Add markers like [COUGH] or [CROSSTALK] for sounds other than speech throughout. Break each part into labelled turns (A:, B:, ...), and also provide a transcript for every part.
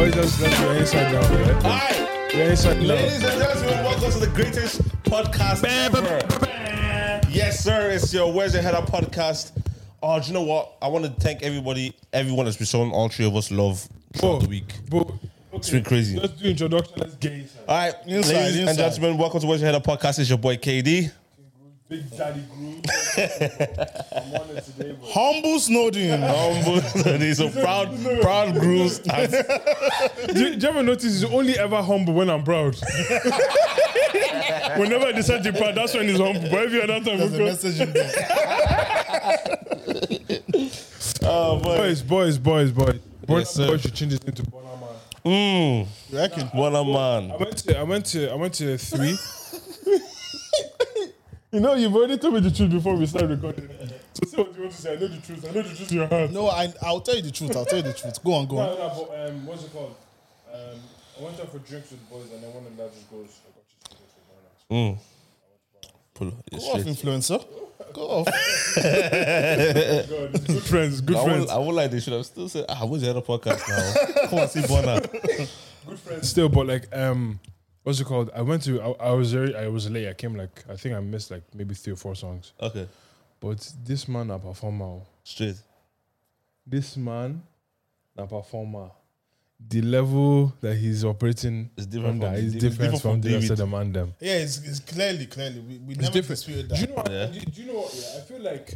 A: Oh, that's, that's your inside job, right?
B: Hi,
A: Your inside job.
B: ladies and gentlemen, welcome to the greatest podcast ever. Yes, sir, it's your Where's Your Head Up podcast. Oh, do you know what? I want to thank everybody, everyone that's been showing all three of us love throughout the week.
A: But,
B: It's been crazy. All
A: let's do introduction. Let's get inside.
B: right,
C: Inside,
B: ladies and
C: inside.
B: gentlemen, welcome to Where's Your Head Up podcast. It's your boy KD.
A: Big Daddy
B: [LAUGHS]
A: Groove. I'm on it today, bro.
C: Humble Snowden.
B: Humble, he's a proud, proud grooves.
A: Do you, do you ever notice he's only ever humble when I'm
B: [LAUGHS]
A: proud? Whenever I decide to be proud, that's when he's humble. But every other time,
C: There's a
A: because,
C: message in there.
B: [LAUGHS] Oh, boy.
A: boys, boys, boys, boys. Boy,
B: Yes, sir.
A: boy should change his name to Bonner Man.
B: Mm,
C: You reckon?
B: what a man.
A: I went to I went to I went to three. [LAUGHS] you know, you've already told me the truth before we start recording. So say what you want to say. I know the truth. I know the truth in your heart.
C: No, I, I'll tell you the truth. I'll tell you the truth. Go on, go on.
A: No, no, but um, what's it called? Um, I went out for drinks with boys, and then one of them just goes, "I got you some drinks with Barnabas."
B: Mm. Pull up, it's
C: Go off,
B: straight.
C: influencer. Go off.
A: God, good friends, good
B: I would,
A: friends,
B: I would like they should have still said, ah, where's the other podcast now? [LAUGHS] Come on, see Bonner.
A: good friends. Still, but like, um, what's it called? I went to. I, I was very. I was late. I came like. I think I missed like maybe three or four songs.
B: Okay,
A: But this man, a performer. oh.
B: straight.
A: This man, a performer. The level that he's operating
B: It's different
A: under
B: from-
A: is
B: it's
A: different,
B: different
A: from,
B: from
A: the rest
B: David.
A: of them and them.
C: Yeah, it's, it's clearly, clearly. We, we
A: It's
C: never
A: different.
C: disputed
A: Do you
C: that.
A: know? what-
B: Yeah.
A: Do, do you know? what- Yeah, I feel like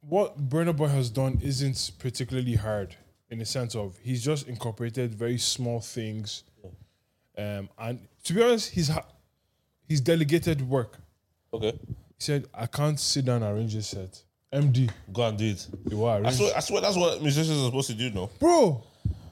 A: what Burna Boy has done isn't particularly hard in the sense of he's just incorporated very small things, um, and to be honest, he's ha- he's delegated work.
B: Okay,
A: He said, "I can't sit down and arrange a set." MD,
B: go and do it.
A: you were
B: I
A: arranged.
B: swear, I swear that's what musicians are supposed to do, no?
A: bro.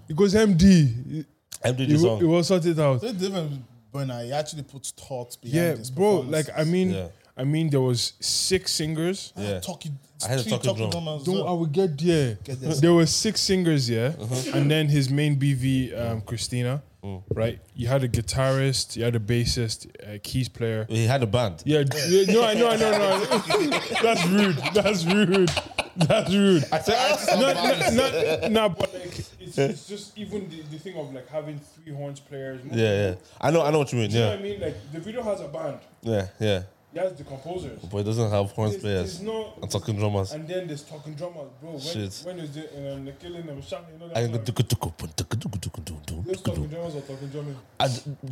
A: He goes MD.
B: Empty
A: He,
B: the
A: he, will- he
B: song.
A: will sort it out.
C: There's a difference, Bernard. He actually puts thought behind
A: Yeah,
C: his
A: bro.
C: performance.
A: Like I mean,
B: Yeah.
A: I mean, there was six singers.
B: Yeah.
C: Talking,
B: I had a
C: three
B: talking
C: talking
B: drum.
C: drummers as
A: Don't I
C: well.
A: will get there.
C: there.
A: There were six singers, yeah, and then his main BV, um, Christina,
B: Mm.
A: right? You had a guitarist, you had a bassist, a keys player.
B: He had a band.
A: Yeah, yeah, no, I know, I know, [LAUGHS] no. That's rude. That's rude. That's rude.
B: I said, I,
A: No, no, no, no, but like,
B: [LAUGHS]
A: it's, it's just even the, the thing of like having three horns players.
B: yeah, yeah. I know, I know what you mean.
A: You know what
B: Yeah,
A: I mean? Like, the video has a band.
B: yeah, yeah.
A: He has the composers.
B: But it doesn't have horns
A: There's, there's
B: players.
A: no,
B: I'm talking drummers.
A: and then there's talking drummers, bro. When,
B: Shit.
A: when is it? And um, they're killing them, shouting. You know,
B: I
A: that's like- Those talking
B: And
A: drummers are talking drumming.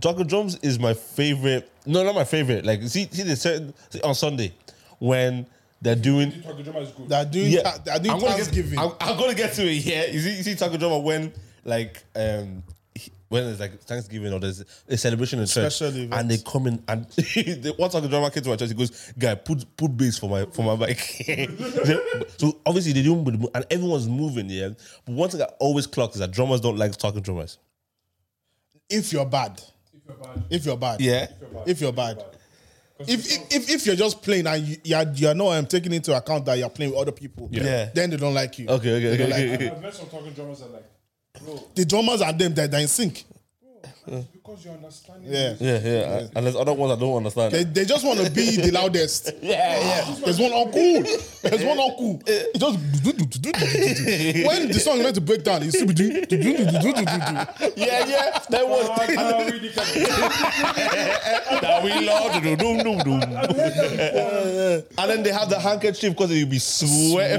B: Talking drums is my favorite. No, not my favorite. Like, see, see the certain see, on Sunday when they're doing
A: The talking drummer is good.
C: They're doing,
B: Yeah.
C: yeah. they're doing
B: I'm gonna get
C: Thanksgiving.
B: I'm, I'm gonna get to it. Yeah, you see, you see Taco Drama when like um he- when it's like Thanksgiving or there's a celebration in church,
C: Special event.
B: and they come in and [LAUGHS] the one Taco Drama came to my church. He goes, "Guy, put put bass for my for my bike." [LAUGHS] so obviously they don't, move, and everyone's moving. Yeah, but one thing I always clock is that drummers don't like talking drummers.
C: if you're bad,
A: if you're bad,
C: if you're bad,
B: Yeah,
C: if you're bad. If, if, if you're just playing and you, you're, you're not um, taking into account that you're playing with other people,
B: Yeah.
C: then they don't like you.
B: Okay, okay,
C: They
B: okay,
C: don't like
B: okay,
C: you.
B: okay.
A: I've met some talking drummers that like, bro,
C: The drummers and them, they're, they're in sync.
A: it's because you're understanding.
C: Yeah.
A: this.
B: [LAUGHS] Yeah, yeah, and there's other ones I don't understand.
C: They, they just want to be the loudest. Yeah, yeah. There's one
B: [LAUGHS]
C: uncle. There's one uncle. He just do, do, do, do, do, do, do. when the song is meant to break down, he still be doing do, do, do, do, do, do, do, do.
B: yeah, yeah, that
C: [LAUGHS]
A: Oh, I can't really get-
B: that we love. Doom, doom, doom, doom. Uh, And then they have the handkerchief because you'll be sweating.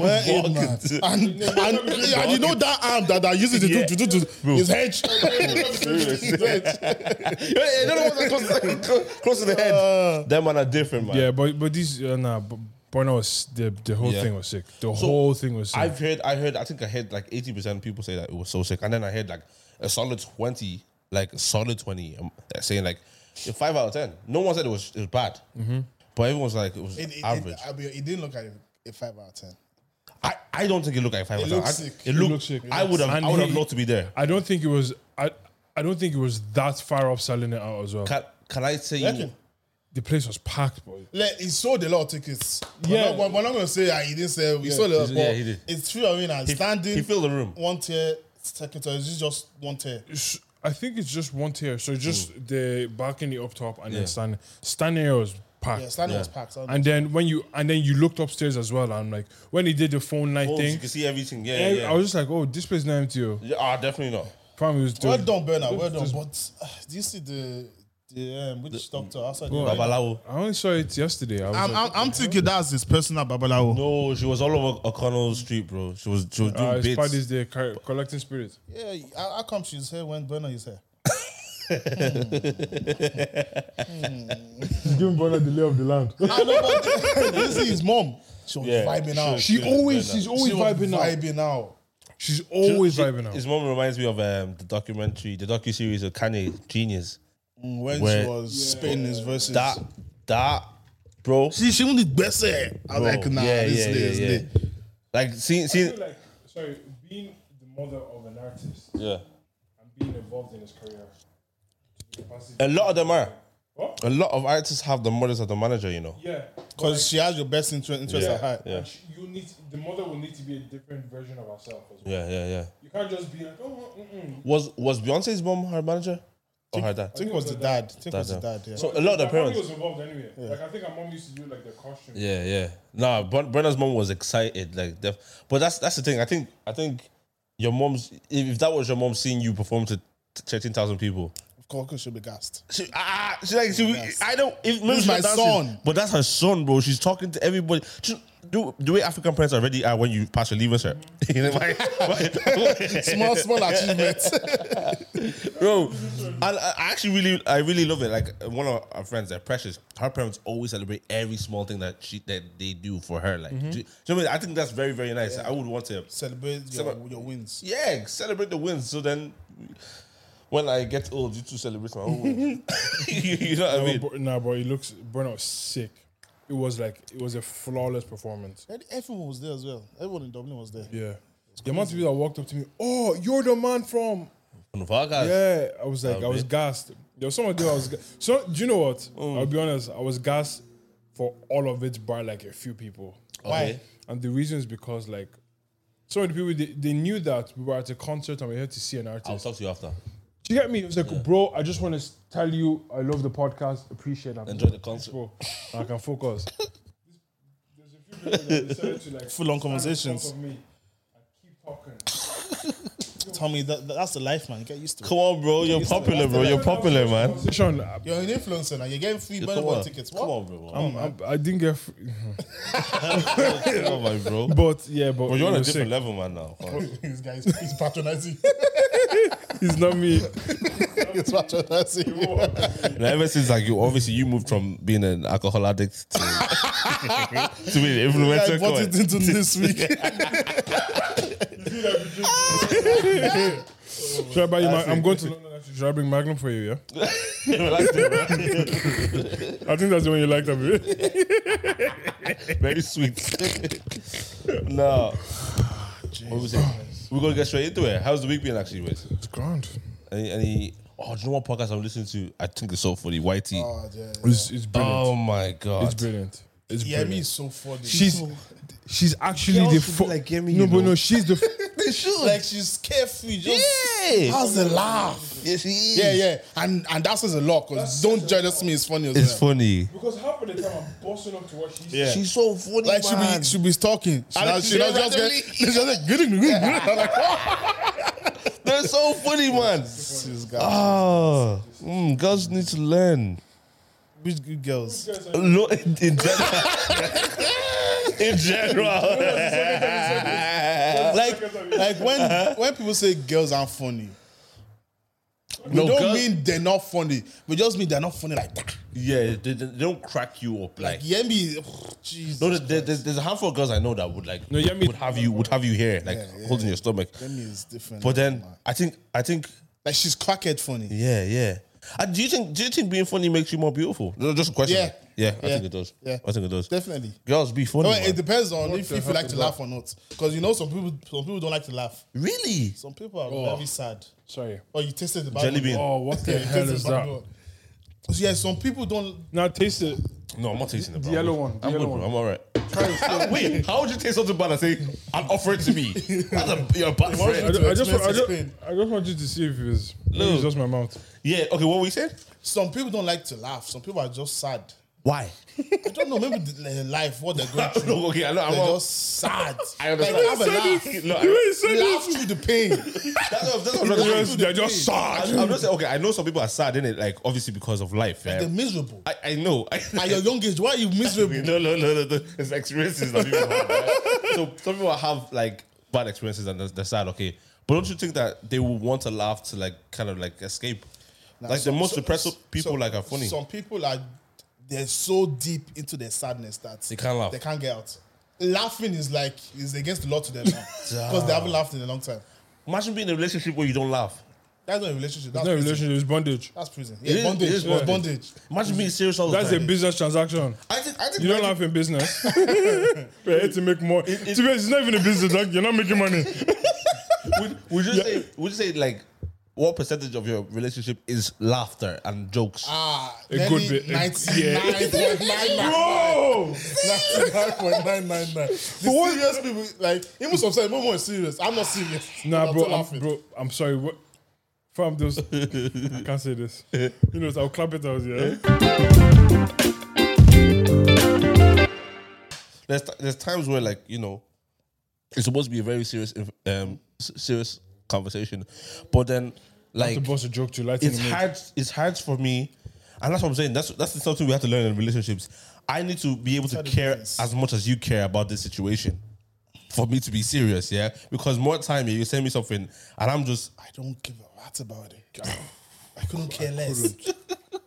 B: [LAUGHS]
C: Sweating, man.
B: buckets.
C: And, and, and you know that arm that I use it to
B: Yeah.
C: do, do, do, do
B: [LAUGHS]
C: is hedge. His hedge.
B: Yeah, yeah, no, no, close, close, close to the [LAUGHS] head.
C: Uh.
B: Them man are different,
A: [LAUGHS]
B: man.
A: yeah, but but these uh, nah, but Burna was the the whole
B: Yeah.
A: thing was sick. The whole thing was sick.
B: I've heard, I heard, I think I heard like eighty percent of people say that it was so sick, and then I heard like a solid twenty, like a solid twenty, um, that saying like a five out of ten. No one said it was it was bad, but everyone's like it was
C: Mm-hmm. It- it-
B: average.
C: I'll be- It didn't look like a 5 out of 10.
B: I, I don't think it looked like a five out of ten.
C: looks
B: I-
C: sick.
B: It
C: It
B: looked
A: looks sick.
B: I would have,
A: And
B: I would have
A: he-
B: loved to be there.
A: I don't think it was. I I don't think it was that far off selling it out as well.
B: Can, can I say you?
C: Reckon?
A: The place was packed, boy.
C: Like, he sold a lot of tickets.
A: Yeah.
C: We're not, we're not going to say that he didn't sell. He sold a lot.
B: He-
C: But
B: yeah, he did.
C: It's three arenas. Standing.
B: He filled the room.
C: one tier, second tier. This is just one tier.
A: It's- I think it's just one tier, so just the balcony up top and then standing. Standing area was packed.
B: Ah.
C: Yeah, standing was packed. so-
A: And then when you and then you looked upstairs as well, and like when he did the phone night
B: Oh, so you
A: thing,
B: can see everything. Yeah,
A: I-
B: yeah.
A: I was just like, oh, this place is not empty. oh.
B: yeah ah, definitely not.
A: Prime was
C: Well
A: doing.
C: done, Bernard. Well done. But uh, do you see the the um, which doctor outside?
A: Go
C: the-
A: on.
B: Babalawo.
A: I only saw it yesterday. I was
C: I'm,
A: like,
C: I'm, I'm thinking that's his personal babalawo.
B: No, she was all over O'Connell Street, bro. She was she was doing
A: ah, it's part
B: bits.
A: is there car- collecting spirit.
C: Yeah, how, how come she's here when Bernard is here?
A: Giving Bonner the lay of the land.
C: I know, but [LAUGHS] this is his mom. She was
B: Yeah,
C: vibing
B: she
C: out.
B: was-
A: She
B: Yeah,
A: always,
B: yeah,
A: she's
C: She
A: always
C: was
A: vibing out.
C: vibing out.
A: She's always vibing out.
B: His mom reminds me of um, the documentary, the docu series of Kanye Genius.
C: Mm, When
B: Where-
C: she was spitting his verses.
B: That that bro.
C: she, she only best it. I was like, nah,
B: yeah,
C: this
B: yeah,
C: yeah,
B: yeah,
C: this
B: yeah.
C: day.
B: Like see see
A: like, sorry, being the mother of an artist
B: yeah.
A: and being involved in his career.
B: A lot of them are.
A: What?
B: A lot of artists have the mothers of the manager, you know.
A: Yeah,
C: Because she has your best interest, interest
B: Yeah,
C: at heart.
B: yeah,
A: you need the mother will need to be a different version of herself as well.
B: yeah, yeah, yeah.
A: You can't just be like, oh, mm-mm.
B: Was was Beyonce's mom her manager or her dad?
C: I think it was the dad. I think it was the
B: Dad, yeah.
C: dad, yeah.
B: So a lot of the parents.
A: was involved anyway. Like I think her mom used to do like the costume.
B: Yeah, yeah. Nah, Bren- Brenna's mom was excited, like, def- but that's that's the thing. I think I think your mom's if, if that was your mom seeing you perform to thirteen thousand people,
C: of course, she'll be gassed.
B: she, ah, she like she,
C: Yes.
B: I don't. If, maybe
C: is
B: she's
C: my
B: dancing,
C: son.
B: but that's her son, bro. She's talking to everybody. She, do the way African parents already are ah, when you pass your leaving cert. [LAUGHS] You know, like- [LAUGHS]
C: Small, small achievement.
B: bro. And I I actually really, I really love it. Like one of our friends, they're precious. Her parents always celebrate every small thing that she that they do for her. Like, do you- do you know what I mean? I think that's very, very nice. I would want to,
C: Celebrate your, your wins.
B: yeah, celebrate the wins. So then, when I get old, you two celebrate my own wins. [LAUGHS] you, you know what I
A: No,
B: mean?
A: bro, nah, bro, he looks Bruno was sick. It was like it was a flawless performance.
C: And Everyone was there as well. Everyone in Dublin was there.
A: Yeah, the amount of people that walked up to me, oh, you're the man from.
B: On the podcast.
A: Yeah, I was like, I was
B: bit.
A: gassed. There was someone there. I was. Ga- so do you know what? I'll be honest. I was gassed for all of it, bar like a few people.
B: Okay.
A: And the reason is because like. So many people they, they knew that we were at a concert and we are here to see an
B: I'll
A: artist.
B: talk to you after.
A: Do you get me? It was like, bro, I just want to tell you I love the podcast, appreciate it.
B: Enjoy the concert.
A: Bro, I can focus. There's a few people that decided to like
C: Full-on
A: stand in front
C: conversations.
A: of me and keep talking.
C: Tommy, that, that's the life, man. Get used to it.
B: Come on, bro. You're popular, bro. You're popular, man.
A: Conversation, I-
C: You're an influencer now. You're getting free
B: Come
C: Bernard
B: on.
C: tickets. What?
B: Come on, bro.
A: I, I didn't get, fr-
B: Come on, my bro.
A: but yeah, but
B: But you're on
A: it
B: a
A: was
B: different
A: sick.
B: level, man. Now,
C: [LAUGHS] This guy is he's [LAUGHS] patronizing.
A: It's not me.
C: he's patronizing.
B: and ever since like you, obviously you moved from being an alcohol addict to, to being an
C: I
B: influencer. Come
C: bought it
B: on. [LAUGHS]
C: into this week.
A: Should I buy you? Ma- I'm going to. London actually. Should I bring Magnum for you? Yeah.
B: Relax, bro.
A: I think that's the one you liked of it.
B: Very sweet. no, what was it? We're gonna get straight into it. How's the week been, actually, Wes?
A: It's grand.
B: Any, any? Oh, do you know what podcast I'm listening to? I think it's so funny. YT. Oh,
C: Oh, yeah.
A: It's, it's brilliant.
B: my
A: it's
B: god.
A: brilliant. It's
C: Yeah,
A: brilliant.
C: me is so funny.
A: she's she's actually
B: Girls
A: the
B: should
A: fu-
B: be like, "Give me
A: no,
B: your
A: but
B: note."
A: no, she's the. F-
C: they should. Like she's carefree. Just
B: Yeah.
C: has a laugh.
B: Yes, he is.
C: Yeah, yeah. And and that says a lot because don't jealous me is funny as
B: It's
C: well.
B: funny.
A: because half of the time I'm busting up to what she's.
B: Yeah. She's so funny,
C: Like she be she be talking. She
B: And
C: not, she not just get.
B: randomly-
C: She's just like good, good, good. I'm like,
B: They're so funny, man.
C: she's got
B: Ah, mm, girls need to learn.
C: which good girls.
B: No, in, in general. [LAUGHS] in [LAUGHS] general.
C: Like [LAUGHS] like
B: Uh-huh.
C: when when people say girls aren't funny, we
B: No,
C: don't
B: girl-
C: mean they're not funny. We just mean they're not funny like that.
B: yeah, they, they don't crack you up. Like,
C: Yeah, me. oh, Jesus.
B: no, there, there's, there's a handful of girls I know that would like
A: No, Yemi-
B: would have you would have you here, like holding your stomach.
C: Yemi is different.
B: But then I think I think
C: like she's crackhead funny.
B: yeah yeah. Uh, do you think do you think being funny makes you more beautiful? No, just a question.
C: Yeah.
B: yeah, I
C: Yeah.
B: think it does.
C: Yeah.
B: I think it does.
C: Definitely.
B: Girls be funny.
C: No,
B: man.
C: it depends on if,
A: the
C: if you
A: heck
C: like
A: is
C: to
A: that?
C: laugh or not. Because you know some people some people don't like to laugh.
B: really?
C: Some people are very sad.
A: Sorry.
C: Oh, you tasted the bad
B: Oh. Jelly
C: one.
B: bean.
A: Oh, what the
C: Yeah, you
A: hell
C: tasted
A: is
C: the bad
A: that?
C: one. So yeah, some people don't.
A: Now taste it.
B: No, I'm not tasting it. bro.
A: The yellow one, the
B: I'm
A: yellow
B: good,
A: one.
B: bro. I'm all right. [LAUGHS] Wait, how would you taste something bad and say and offer it to me? That's a you're a bad
A: I,
B: friend.
A: ju- I just,
C: expensive
A: wa- I, just,
C: Spain.
A: I just want you to see if it's, maybe it's just my mouth.
B: Yeah. Okay. What we said?
C: Some people don't like to laugh. Some people are just sad.
B: Why? [LAUGHS]
C: I don't know. Maybe the, life, what they're going through.
B: No, okay, [LAUGHS] I know. I'm
C: They're
B: all-
C: just sad.
B: [LAUGHS] I understand.
C: Like, have a laugh.
B: No, I-
C: Laugh through the pain.
B: that's what- that's what I'm not
A: They're
B: saying.
A: just, they're just
B: I-
A: sad.
B: I'm not saying okay. I know some people are sad in it, like obviously because of life. yeah.
C: [LAUGHS] They're miserable.
B: I, I know. [LAUGHS]
C: At your young age, why are you miserable?
B: no, no, no, no, no. It's experiences that people
A: [LAUGHS]
B: have. right? So some people have like bad experiences and they're, they're sad, okay. But don't you think that they will want to laugh to like kind of like escape? like the most depressed people like are funny.
C: Some people are they're so deep into their sadness that they
B: can't laugh.
C: They can't get out. Laughing is like is against the law to them
B: [LAUGHS]
C: now because they haven't laughed in a long time.
B: Imagine being in a relationship where you don't laugh.
C: That's not a relationship. That's
A: No
C: prison.
A: relationship is bondage.
C: That's prison.
B: It
C: Yeah,
B: is-
C: bondage.
B: it is
C: It was
B: bondage.
C: bondage.
B: Imagine being serious all the
A: That's a
B: time.
A: business transaction.
B: I think, I think
A: You don't laugh in business. [LAUGHS] We're here to make more. To be honest, it's not even a business. Like, you're not making money.
B: Would, would you say? Would you say like what percentage of your relationship is laughter and jokes?
C: Ah,
A: A
C: nearly
A: good bit. [LAUGHS] Bro!
C: 99.999. The serious people, like, even some say, no more serious. I'm not serious.
A: Nah,
C: I'm
A: bro,
C: not laughing.
A: I'm, bro, I'm sorry. What? From those, I can't say this. You know, what, I'll clap it out. Yeah,
B: there's there's times where like you know it's supposed to be a very serious inf- um s- serious conversation but then like
A: [LAUGHS] the boss a joke to lighten
B: it's
A: the mood.
B: hard it's hard for me and that's what i'm saying that's that's something we have to learn in relationships i need to be able to care
C: difference.
B: as much as you care about this situation for me to be serious yeah because more time you send me something and i'm just
C: I don't give a rat about it. [LAUGHS] I couldn't care less. [LAUGHS]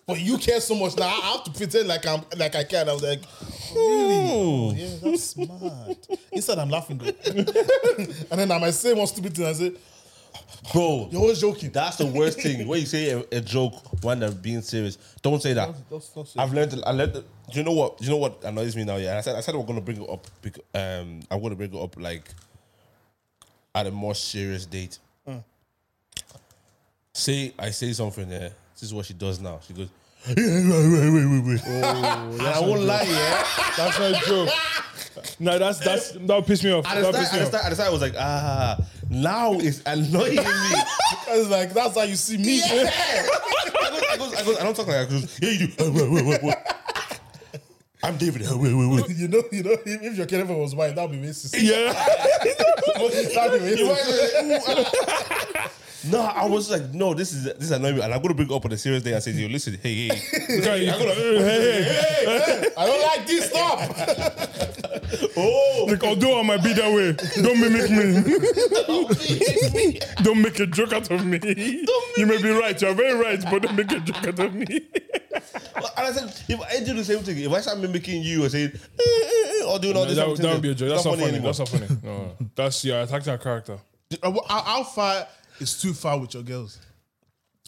C: But you care so much now. I have to pretend like I'm like I care. And I was like,
B: really
C: yeah, that's mad. Instead, I'm laughing. Though. [LAUGHS] and then I might say one stupid thing. I say,
B: bro
C: you're always joking.
B: That's the worst thing. When you say a, a joke when they're being serious, don't say that.
C: [LAUGHS] That's- that's- that's-
B: I've learned. I learned. Do you know what? Do you know what annoys me now? Yeah, I said. I said I'm gonna bring it up. bec- Um, I'm gonna bring it up like at a more serious date. Say I say something there. This is what she does now. [LAUGHS] She goes. Oh, and I won't lie, [LAUGHS] yeah.
A: that's not a joke. No, that's that's that pissed me off.
B: At the
A: That pissed
B: start, at
A: me off.
B: the start, at the start, I was like, ah, now it's [LAUGHS] annoying me.
C: I was like, that's how you see me.
B: I, goes, I, goes, I don't talk like that. I goes, yeah, you [LAUGHS] do. Uh, wait, wait, wait, wait. I'm David. Uh, wait, wait, wait.
C: [LAUGHS] you know, you know, if, if your Kenneth was white, that'd be racist. [LAUGHS]
A: Yeah,
C: that'd be
B: You
C: racist.
B: might say, "Ooh, ah." No, I was like, no, this is this is annoying me, and I'm gonna bring it up on a serious day and say to you, listen,
A: [LAUGHS]
B: hey, hey,
A: Okay, hey, hey.
C: [LAUGHS] I don't like this. Stop.
B: oh,
A: Like, although I might be that way, don't mimic me. [LAUGHS]
B: me.
A: don't make a joke out of me. you may be right. You are very right, but don't make a joke out of me.
B: and I said, if I do the same thing, if I start mimicking you or saying, eh, eh, eh, or
A: [LAUGHS]
B: doing all
A: That,
B: this,
A: that,
B: something,
A: would be a joke. That's not funny.
B: anymore.
A: That's not funny. No, no. that's yeah, attacking our character.
C: [LAUGHS] How, how far is too far with your girls?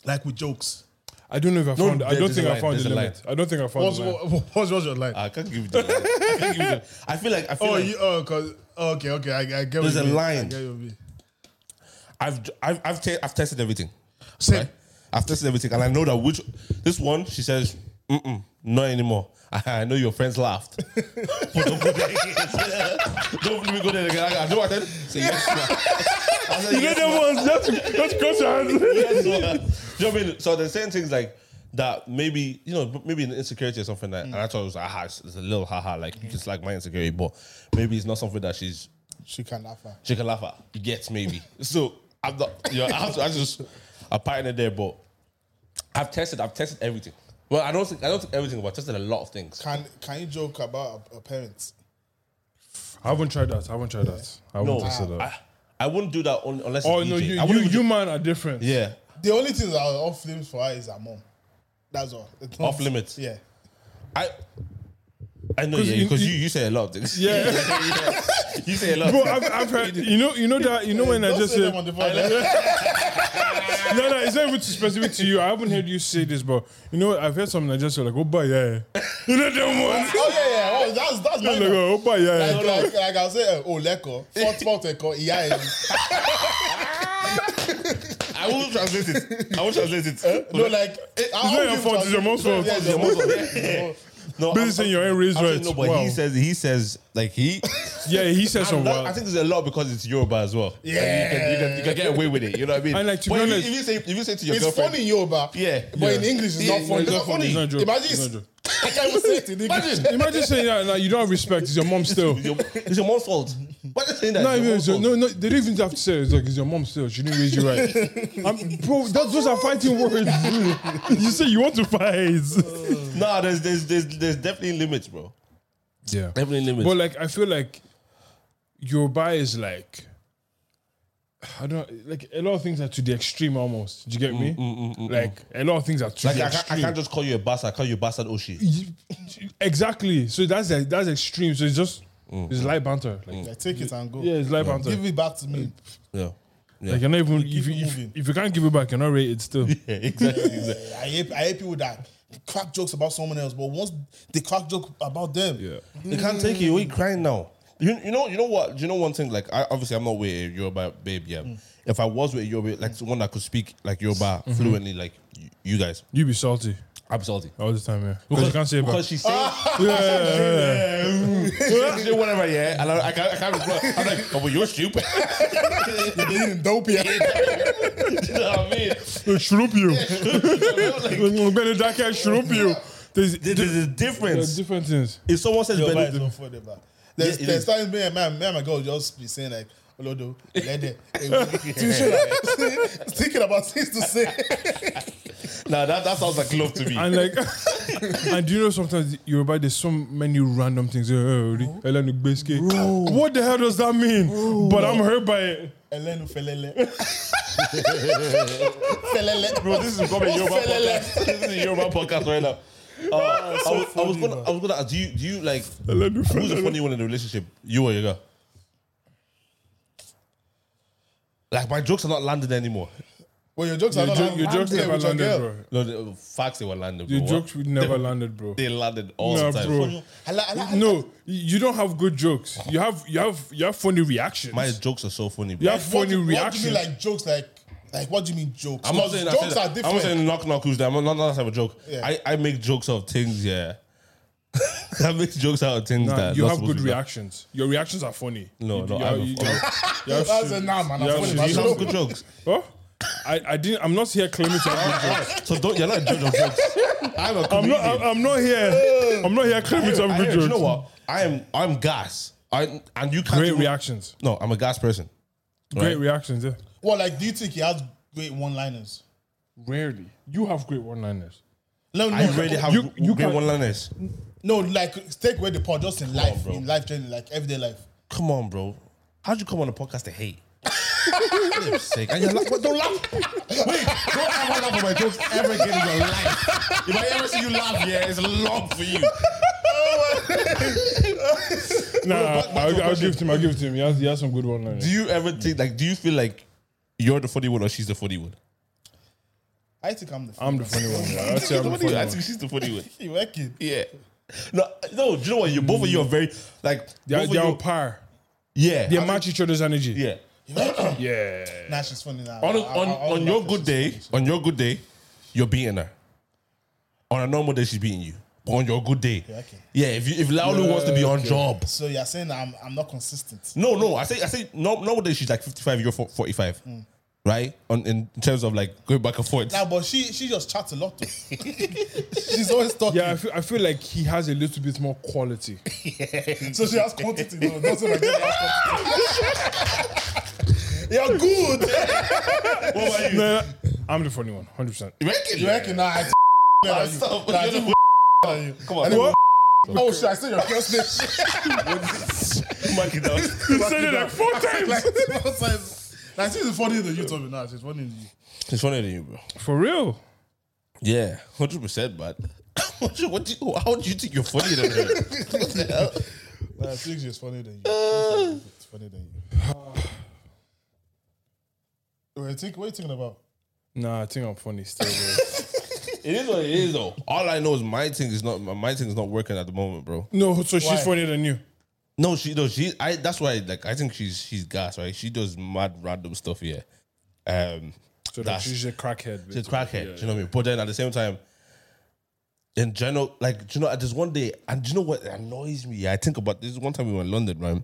C: Like with jokes.
A: I don't know if I found. I
B: there-
A: don't
B: there's
A: think
B: a
A: I
B: line,
A: found
B: there's
A: the
B: a
A: limit. I don't think I found
C: What's,
A: the limit.
C: what, what's, what's your line?
B: I can't give you that. I can't give you that. I feel like I feel
C: oh,
B: like
C: you, oh, cause okay, okay, I, I get. what
B: There's
C: you
B: a
C: mean.
B: line.
C: I get what you mean.
B: I've I've I've, te- I've tested everything.
C: Same.
B: right? I've tested everything, and I know that which this one she says, Mm-mm, not anymore. [LAUGHS] I, I know your friends laughed. [LAUGHS] But don't go there again. [LAUGHS] don't let me go there again. I, I know I said, say yes. ma'am." I said,
A: You know
B: "Yes,
A: them ones. Just just cross your hands.
B: yes, ma'am." Do you know what I mean? So they're saying things like that. Maybe you know, maybe an insecurity or something that, and I thought it was aha, it's, it's a little haha, like it's like my insecurity, but maybe it's not something that she's
C: She can laugh at.
B: she can laugh at. You get maybe. So I'm not. You know, I, have to, I just I partnered there, but I've tested. I've tested everything. Well, I don't think I don't think everything, but I've tested a lot of things.
C: Can Can you joke about a, a parent?
A: I haven't tried that. I haven't tried that. I haven't
B: No,
A: tested that.
B: I, I wouldn't do that un, unless.
A: oh
B: it's
A: no,
B: DJ.
A: you
B: I
A: you,
B: wouldn't even
A: you man are different.
B: do- yeah.
C: The only thing that are off limits for her is her mom. That's all. It's not-
B: Off limits?
C: Yeah.
B: I. I know, yeah,
A: you-
B: because you,
A: you-
B: you, say a lot of things.
A: Yeah.
B: [LAUGHS] Yeah, you say a lot.
A: Bro, I've, I've heard you know you know that you know when I
C: Don't
A: just
C: say
A: said
C: them on the phone.
A: no no it's not even specific to you. I haven't heard you say this, but you know what? I've heard something I just said like oh boy yeah, yeah." you know them ones.
C: [LAUGHS] Oh yeah, yeah. Oh, that's that's
A: Like,
C: mine.
A: oh boy yeah. yeah."
C: like, like, like I'll say, eh, oh, leko. Fort, fort, leko. Yeah, yeah.
B: I will translate it. I will translate it.
C: No, like, eh, it's
A: not your fault, it's your mom's fault.
C: Yeah, it's your mom's fault.
B: no,
A: [LAUGHS] Basically saying your own race
B: I'm saying
A: rights.
B: No, but
A: Wow.
B: he says he says like he
A: Yeah, he said some
B: And that- I
A: wild.
B: think there's a lot because it's Yoruba as well. Like, you, can, you, can, you can get away with it. You know what I mean?
A: And, like, to
B: But
A: be
B: if you-
A: honest-
B: if you say if you say to your
C: It's
B: girlfriend,
C: funny in Yoruba,
B: Yeah.
C: but in English, it's
B: Yeah,
C: not funny.
B: it's not funny.
A: It's not a joke.
C: Imagine
A: It's not a
C: it's-
A: joke.
C: guy was saying to nigga.
B: Imagine.
A: Imagine saying that like, you don't have respect. It's your mom still.
B: It's your, it's your mom's fault. Why are you saying that?
A: No,
B: It's your
A: no,
B: mom's
A: so,
B: fault.
A: no, no, they don't even have to say it. It's like, it's your mom still. She didn't raise you right. I'm, bro, that, those are fighting words. [LAUGHS] you say you want to fight.
B: Nah, there's, there's, there's, there's definitely limits, bro.
A: Yeah.
B: Definitely limits.
A: But like, I feel like Yoruba is like, I don't like a lot of things are to the extreme almost. Do you get me? like a lot of things are to
B: like,
A: the
B: I, can't, I
A: extreme.
B: can't just call you a bastard. I call you a bastard Oshi.
A: You- exactly. So that's that's extreme. So it's just it's light banter. Like,
C: Like, take it and go.
A: Mm, yeah, it's light banter.
C: Give it back to me.
B: Yeah.
A: like you're not even if,
C: Keep it
A: you- if,
C: moving.
A: if you can't give it back, you're not rated still.
B: Yeah, exactly.
C: Yeah, I hate, I hate people that crack jokes about someone else, but once they crack joke about them,
A: [LAUGHS] yeah.
B: They can't take it. We crying now. You, you know you know what you know one thing like I, obviously I'm not with a Yoruba babe yeah. If I was with a Yoruba like someone that could speak like Yoruba fluently like you, you guys,
A: You be salty
B: I'm salty.
A: all the time, yeah. Because Oh, you can't say it back.
B: Because [LAUGHS] she's saying she did whatever yeah, and I, I can't I can't reply. I'm like, oh, but you're stupid. [LAUGHS]
C: they didn't dope yet.
B: you know what I mean?
A: They shrimp
C: [LAUGHS]
A: you. [LAUGHS]
B: Like,
A: I'm gonna die, can't shrimp you. There's,
B: there- there's a difference.
A: different things.
B: If someone says
C: Your
B: Benedict,
C: vibes don't fall there, man. There's,
B: Yeah, it
C: there's
B: is.
C: times me and my, me and my girl just be saying like, Olodo,
B: [LAUGHS]
C: let it. [LAUGHS] Thinking about things
B: [LAUGHS]
C: to say.
B: nah, that, that sounds like love to me.
A: And like, [LAUGHS] and do you know sometimes you're about there's so many random things. Eh, eh, eh, Ellen Ugbeske. What the hell does that mean? But I'm hurt by it.
C: Elenu
B: [LAUGHS]
C: felele. felele.
B: Bro, this is [LAUGHS] becoming a Yoruba
C: Felele.
B: podcast. This is a Yoruba podcast right [LAUGHS] now. Uh, I, was, I was gonna, I was gonna ask, do you, do you like,
A: Ellen
B: who's the
A: Ugbeske.
B: funny one in the relationship? You or your girl? Like, my jokes are not landing anymore.
C: Well, your jokes are
A: Your,
C: not
A: jo- your jokes
C: landing
A: never
C: with your
A: landed,
C: girl.
A: bro.
B: No, the uh, facts, they were landing.
A: Your
B: bro.
A: jokes would
B: [LAUGHS]
A: never landed, bro.
B: They landed all
A: Nah,
B: the time.
A: bro.
C: I like- I like-
A: No, you don't have good jokes. You have you have you have funny reactions.
B: My jokes are so funny, bro.
A: you have
C: What
A: funny
C: do-
A: reactions.
C: What do you mean, like jokes? Like, like what do you mean jokes?
B: I'm not saying I said
C: jokes
B: that.
C: are
B: I'm
C: different.
B: not saying knock knock who's there. I'm not that type of joke.
C: Yeah.
B: I, I make jokes of things, yeah. [LAUGHS] I make jokes out of things
A: Nah,
B: that
A: you
B: not
A: have
B: supposed
A: good
B: to be done.
A: reactions. Your reactions are funny.
B: No,
A: You-
B: no,
A: you
B: I'm
A: have-
B: a-
A: you-
B: I'm a-
A: you have
C: That's
A: shit.
C: a nah, man.
A: You
C: That's
A: have
C: funny,
A: shit.
C: man.
B: You have good jokes.
A: [LAUGHS] Huh? I, I didn't. I'm not here claiming to have good
B: [LAUGHS]
A: jokes.
B: So don't you're not a judge
A: [LAUGHS]
B: of jokes. I'm a
A: I'm
B: comedian.
A: not. I'm, I'm not
B: [LAUGHS]
A: here. I'm not here claiming to
B: I
A: have good
B: hear-
A: jokes.
B: you know what? I am I'm gas. I and you can't
A: Great
B: even-
A: reactions.
B: No, I'm a gas person.
A: Great
B: Right.
A: reactions. Yeah.
C: Well, like, do you think he has great one-liners?
A: Rarely. You have great one-liners.
C: No, no,
B: I
C: no.
B: really have
A: You- you
B: great
A: can't-
B: one liners.
C: No, like take away the part just in life,
B: bro.
C: in life journey, like everyday life.
B: Come on, bro. How'd you come on a podcast to hate? For your sake. And you're like, what, don't laugh. Wait, don't ever laugh at my jokes ever again in your life. If I ever see you laugh, yeah, it's long for you.
A: Nah,
B: back- back to
A: I'll,
B: your
A: I'll
B: question.
A: give it to him. I'll give it to him. He has, he has some good one-liners.
B: Do you ever think like do you feel like you're the funny one or she's the funny one?
C: I think I'm the.
A: I'm the funny one. Yeah. I'd say I'm the funny
B: I
A: one.
B: think she's the funny one.
C: you working?
B: Yeah. No, no, do you know what? You both of you are very like
A: They're,
B: both of
A: they're
B: you-
A: on par.
B: Yeah.
A: They match each other's energy.
B: Yeah.
A: Yeah.
C: Nah, she's funny now.
B: On,
C: I- I-
B: on,
C: I- I
B: on
C: like
B: your
C: her.
B: good day, on your good day, you're beating her. On a normal day, she's beating you. But on your good day, yeah,
C: reckon?
B: if you, if Laulu wants to be on job,
C: So you're saying I'm I'm not consistent.
B: no, no, I say, I say, no, normal day she's like 55, you're fo- 45, right? On in terms of like going back and forth.
C: Hmm. Nah, but she she just chats a lot.
B: [LAUGHS]
C: though. she's always talking.
A: Yeah, I feel, I feel like he has a little bit more [LAUGHS] quality.
C: So she has quantity. No, not so like that. You're good.
B: what about
A: Nah, I'm the funny one, 100%.
B: You reckon?
C: You reckon? Nah, I t-
B: Nah,
C: better than you.
B: stop.
C: [LAUGHS] Nah, I
B: You're
C: do
B: the-
C: better than you.
B: Come on,
C: And then-
A: What?
C: Oh shit! I said your first name.
B: [LAUGHS] mark it
C: [LAUGHS]
B: down.
A: You said it like four times.
C: like, [LAUGHS] what size? Like, she's funnier than you told me. Nah, she's funnier than you.
B: It's funnier than you, bro.
A: For real.
B: Yeah, hundred percent, man. [LAUGHS] what you, what do you, how do you think you're funnier than her? what the hell?
C: Nah, I think she's funnier than you. She's funnier than you. Wait, think, what are you thinking about?
A: Nah, I think I'm funny still. Bro.
B: [LAUGHS] It is what it is, though. All I know is my thing is not my thing is not working at the moment, bro.
A: [LAUGHS] no, so
C: Why?
A: she's funnier than you.
B: No, she no, she I that's why like I think she's she's gas, right? She does mad random stuff here. Um
A: So that
B: that's
A: she's a crackhead.
B: she's a
A: basically.
B: crackhead, do you know what I mean? But then at the same time, in general, like do you know, there's one day, and do you know what annoys me? I think about this is one time we were in London, right?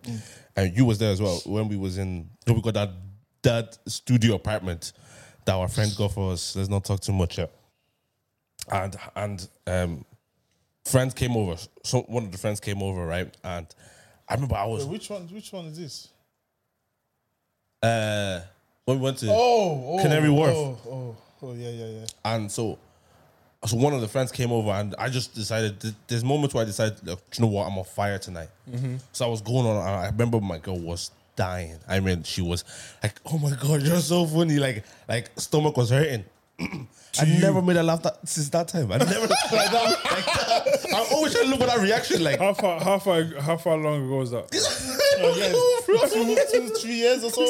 B: And you was there as well when we was in when we got that that studio apartment that our friend got for us. Let's not talk too much, yeah. And and um friends came over. So one of the friends came over, right? And I remember I was
C: Which one? Which one is this?
B: uh when we went to
C: Oh, oh
B: Canary Wharf.
C: Oh, oh, oh, yeah, yeah, yeah.
B: and so so one of the friends came over and I just decided th- there's moments where I decided look, do you know what I'm on fire tonight
C: Mm-hmm.
B: so I was going on and I remember my girl was dying I mean she was like oh my god you're so funny like like stomach was hurting [CLEARS THROAT] I never made her laugh that, since that time I never laughed like that like, uh, I always try to look for that reaction
C: Oh,
B: like
A: How far? How far? How far long ago was that? [LAUGHS]
B: [LAUGHS]
C: Two, three years or so.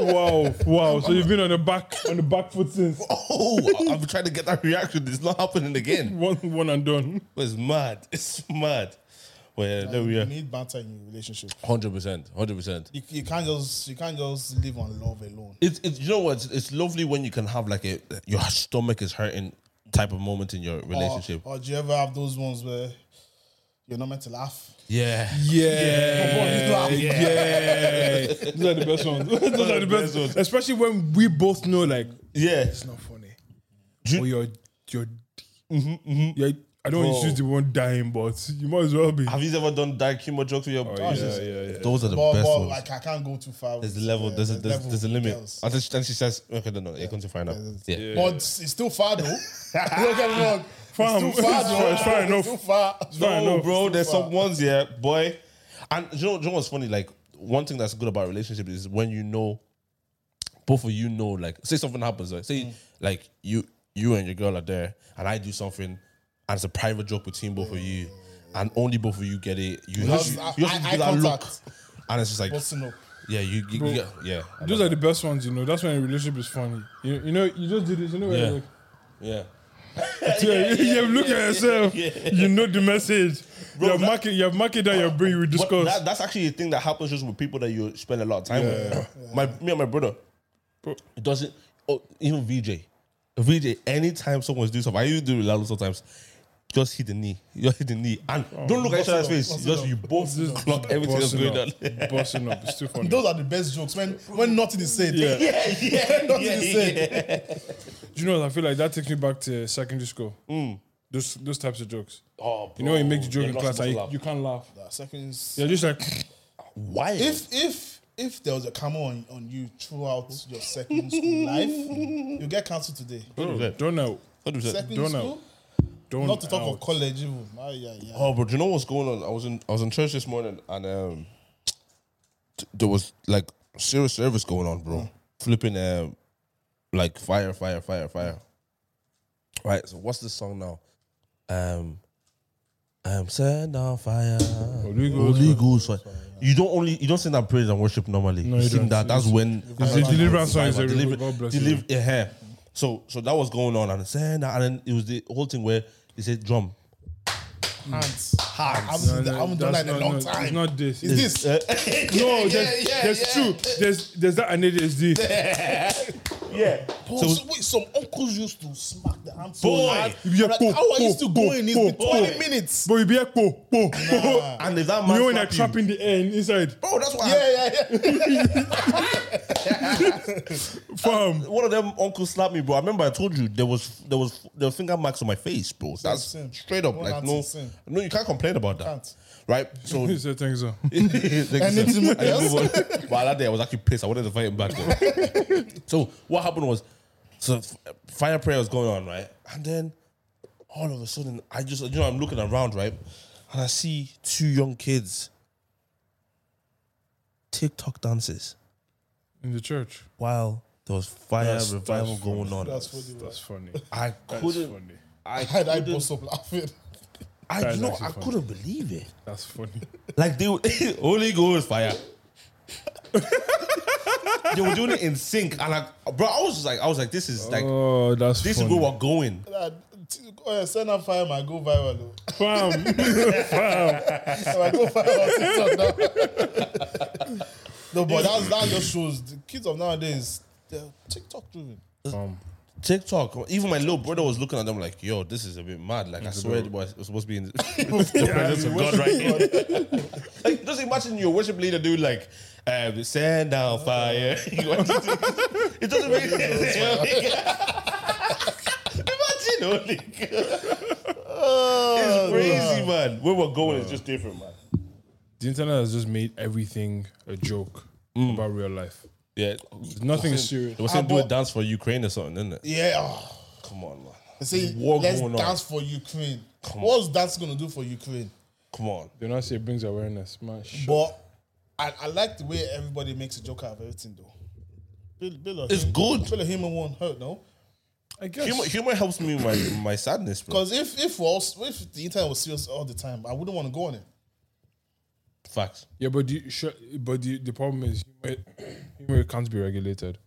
A: wow, wow. So you've been on the back on the back foot since
B: oh I'm trying to get that reaction it's not happening again
A: one one and done.
B: it's mad [LAUGHS] it's mad well yeah, there we
C: You
B: are
C: need banter in your relationship.
B: 100% 100%
C: You, you can't just you can't just live on love alone.
B: It's, it's you know what? It's, it's lovely when you can have like a your stomach is hurting type of moment in your
C: Or-
B: relationship.
C: Or, do you ever have those ones where you're not meant to laugh?
B: Yeah.
A: Yeah, yeah. [LAUGHS] Those are the best ones. [LAUGHS] Those are the best ones. Especially when we both know, like,
B: Yeah.
A: it's not funny.
B: You-
A: Or you're, you're, you're I don't want to use the one dying, but you might as well be.
B: Have you ever done dark humor jokes with your oh,
A: yeah, yeah, yeah.
B: Those are the
C: But,
B: best
C: but
B: ones.
C: like I can't go too far.
B: there's a
C: with-
B: level,
C: yeah,
B: there's, a, there's,
C: level
B: there's a
C: with
B: limit.
C: girls.
B: And then she, then she says, okay, no, no, you're going to find out. Yeah.
C: But it's, it's still far though. [LAUGHS] Don't get me wrong.
A: Fam,
C: It's too far
A: it's
C: though.
A: far- it's far enough.
C: It's too far.
A: far
B: No,
A: enough.
B: Oh, bro, there's some ones, yeah, boy. And you know, you know what's funny? Like, one thing that's good about relationship is when you know, both of you know, like, say something happens, like,
C: Mm.
B: say, like, you you and your girl are there, and I do something, and it's a private joke between both of you, and only both of you get it. You have
C: Because
B: to,
C: I-
B: you have to
C: I-
B: give
C: eye
B: that look.
C: contact.
B: And it's just like,
C: Busting up.
B: yeah, you, you, you get, yeah. I
A: Those
B: know.
A: are the best ones, you know. That's when a relationship is funny. You, you know, you just did this. You know, where
B: Yeah.
A: you're like,
B: yeah.
A: yeah, you have look at [LAUGHS] yourself. You know the message. you have
B: that-
A: marked. You have marked it down your brain. We
B: But
A: discuss.
B: that, that's actually a thing that happens just with people that you spend a lot of time with. My me and my brother, it doesn't. Oh, even VJ, VJ. Anytime someone's doing something, I used to do it loud sometimes. Just hit the knee. [LAUGHS] Just hit the knee, and
A: Oh,
B: don't look at each other's face. Just you both clock everything that's
A: busting
B: going on.
A: up. busting up. [LAUGHS] It's too funny.
C: Those are the best jokes when when nothing is said. [LAUGHS]
A: Yeah.
B: yeah,
C: Nothing is said.
A: Do you know? I feel like that takes me back to secondary school. Those those types of jokes.
B: Oh,
A: You know, when you make the joke
B: Yeah,
A: in
B: lots
A: class,
B: of
A: and you,
B: laugh.
A: you can't laugh.
C: Nah, Seconds.
A: You're just like,
B: Why?
C: If if if there was a camera on, on you throughout your second school life, you get cancelled today.
A: bro, [CLEARS THROAT] don't know,
B: 100%.
C: Second
A: don't
C: school,
A: know, don't.
C: not to talk
A: out.
C: of college even. Ah, yeah, yeah.
B: Oh, bro, do you know what's going on? I was in I was in church this morning and um, t- there was like serious service going on, bro. Flipping um, like fire, fire, fire, fire. Right. So what's this song now? Um, um, send on fire,
A: Holy Ghost
B: Holy Ghost fire. You don't only you don't sing that praise and worship normally. you
A: you
B: sing
A: don't.
B: that. That's when
A: It's a deliverance song. It's a
B: Deliver-
A: God bless
B: deliver-
A: you.
B: yeah. So so that was going on and send that, and then it was the whole thing where they said drum.
C: Hands. I haven't, seen that- I haven't done
A: that's
C: that in a
A: not-
C: long
A: no,
C: time.
A: It's uh, not this.
C: is this? [LAUGHS]
A: no, there's, there's two. There's there's that and it is this.
C: Bro, so, wait, some uncles used to smack the hand so
B: Boy.
C: hard.
A: Yeah,
C: I'm like,
A: po,
C: how are you
A: po,
C: still
A: po,
C: going? It's
A: po,
C: been
A: po.
C: 20 minutes.
A: But you be like, po, po, po.
B: And if that
A: You
B: man
A: know when I
B: slap you-
A: trap in the air and inside, [LAUGHS]
B: Bro, that's why I-
C: Yeah, yeah, yeah.
A: fam.
B: one of them uncles slapped me, bro. I remember I told you there was there was there were finger marks on my face, bro. That's
C: same.
B: straight up
C: Well,
B: like
C: that's
B: no,
C: the same.
B: no, you can't complain about that,
C: Can't.
B: right?
A: [LAUGHS]
B: So
A: He said, thanks, sir.
B: anything
C: else?
B: But that day I was actually pissed. I wanted to fight him back. though. so what happened was, so f- fire prayer was going on, right? And then all of a sudden, I just you know I'm looking around, right, and I see two young kids TikTok dances
A: In the church.
B: while there was fire
A: That's-
B: revival
A: that's
B: going on.
C: That's what they were.
A: That's funny.
B: I
A: That's
B: couldn't.
A: funny.
B: I
C: I had I
B: couldn't-
C: bust up laughing. [LAUGHS]
B: I
A: That
B: you
A: is
B: know
A: actually
B: I
A: funny.
B: couldn't believe it.
A: That's funny.
B: Like they were, [LAUGHS] Holy Ghost fire. [LAUGHS] they were doing it in sync, and like, bro, I was just like, I was like, this is like,
A: Oh, that's
B: this
A: funny.
B: is where we're going.
C: Nah, t- oh, yeah, Send a fire, man. Go viral. though.
A: Fam. [LAUGHS]
B: [LAUGHS]
C: So I go viral on TikTok now. [LAUGHS] no, but that's, that just shows the kids of nowadays, they're TikTok driven.
A: Fam.
B: TikTok, even my little brother was looking at them like, yo, this is a bit mad. Like, I swear it was, it was supposed to be in
A: [LAUGHS]
B: the [LAUGHS] presence of God right here. [LAUGHS] like, just imagine your worship leader doing like, um, send down fire. [LAUGHS] it doesn't make [LAUGHS] sense. Imagine, holy God. It's
A: Oh,
B: man, where we're going is just different, man.
A: The internet has just made everything a joke
C: Mm.
A: about real life.
B: Yeah,
A: Nothing is serious.
B: They were saying
C: Ah,
B: do a
C: but-
B: dance for Ukraine or something, didn't it?
C: Yeah. ah.
B: Come on, man.
C: They say,
B: War
C: let's
B: going on.
C: dance for Ukraine. What's that's going to do for Ukraine?
B: Come on.
A: They not say it brings awareness. Man, shut-
C: But I, I like the way everybody makes a joke out of everything, though. Bill, Bill
B: It's good.
C: Bill human won't hurt, no?
A: I guess.
B: Humor, humor helps me with my, my sadness, bro.
C: Because if if, we're all, if the internet was serious all the time, I wouldn't want to go on it.
B: Facts.
A: Yeah, but you, sh- but the, the problem is [COUGHS] humor, humor can't be regulated.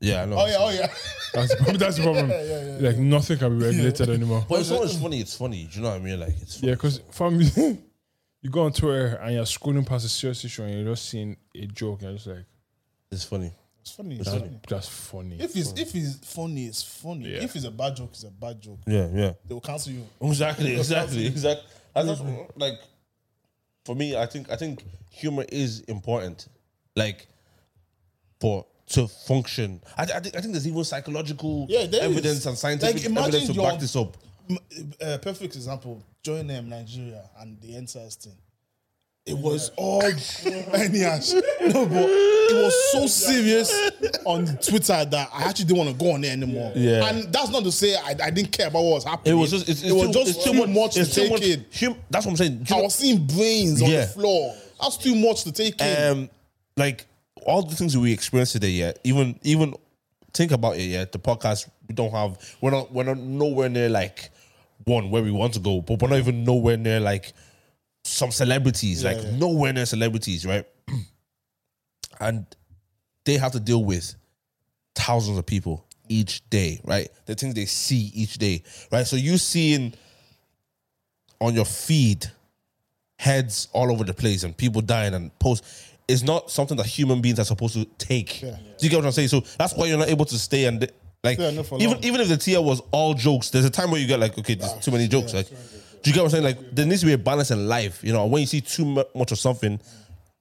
B: Yeah, I know.
C: Oh, yeah, oh, yeah. [LAUGHS]
A: That's, the prob- that's the
B: [LAUGHS]
A: problem. like nothing can be regulated anymore.
B: But it's not as funny. It's funny. Do you know what I mean? Like, it's
A: Yeah, because from [LAUGHS] you go on Twitter and you're scrolling past a serious issue and you're just seeing a joke and you're just like,
B: it's funny.
C: it's funny. It's funny.
A: that's funny.
C: If
B: Hmm.
C: it's, if it's funny, it's funny. If it's a bad joke, it's a bad joke.
B: Yeah, yeah.
C: They will cancel you.
B: Exactly, [LAUGHS] exactly, exactly. I just, like for me, I think I think humor is important. Like for to function, I, I think I think there's even psychological
C: Yeah, there
B: evidence
C: is.
B: and scientific
C: Like, imagine
B: evidence to
C: your-
B: back this up.
C: M- uh, perfect example join them Nigeria and the NSAS thing. It was all NSAS. No, but it was so serious on Twitter that I actually didn't want to go on there anymore.
B: Yeah.
C: and that's not to say I, I didn't care about what was
B: It
C: happening.
B: was just it's,
C: it was
B: too,
C: just
B: it's
C: too much, to
B: it's too
C: take
B: much
C: in.
B: hum- that's what I'm saying. Do you
C: I
B: know-
C: was seeing brains on
B: Yeah.
C: the floor. That's too much to take in.
B: um, like all the things that we experienced today, yeah, even even think about it, yeah. The podcast we don't have, we're not we're not nowhere near like one where we want to go, but we're not even nowhere near like some celebrities, like nowhere near celebrities, right? [CLEARS THROAT] and they have to deal with thousands of people each day, right? The things they see each day, right? So you seeing on your feed heads all over the place and people dying and posts is not something that human beings are supposed to take. Do you get what I'm saying? So that's why you're not able to stay and like
C: Yeah, not for
B: even
C: long. Ah,
B: even if the tier was all jokes, there's a time where you get like, okay, there's too many jokes. Like, do you get what I'm saying? Like, there needs to be a balance in life, you know. And when you see too mu- much of something,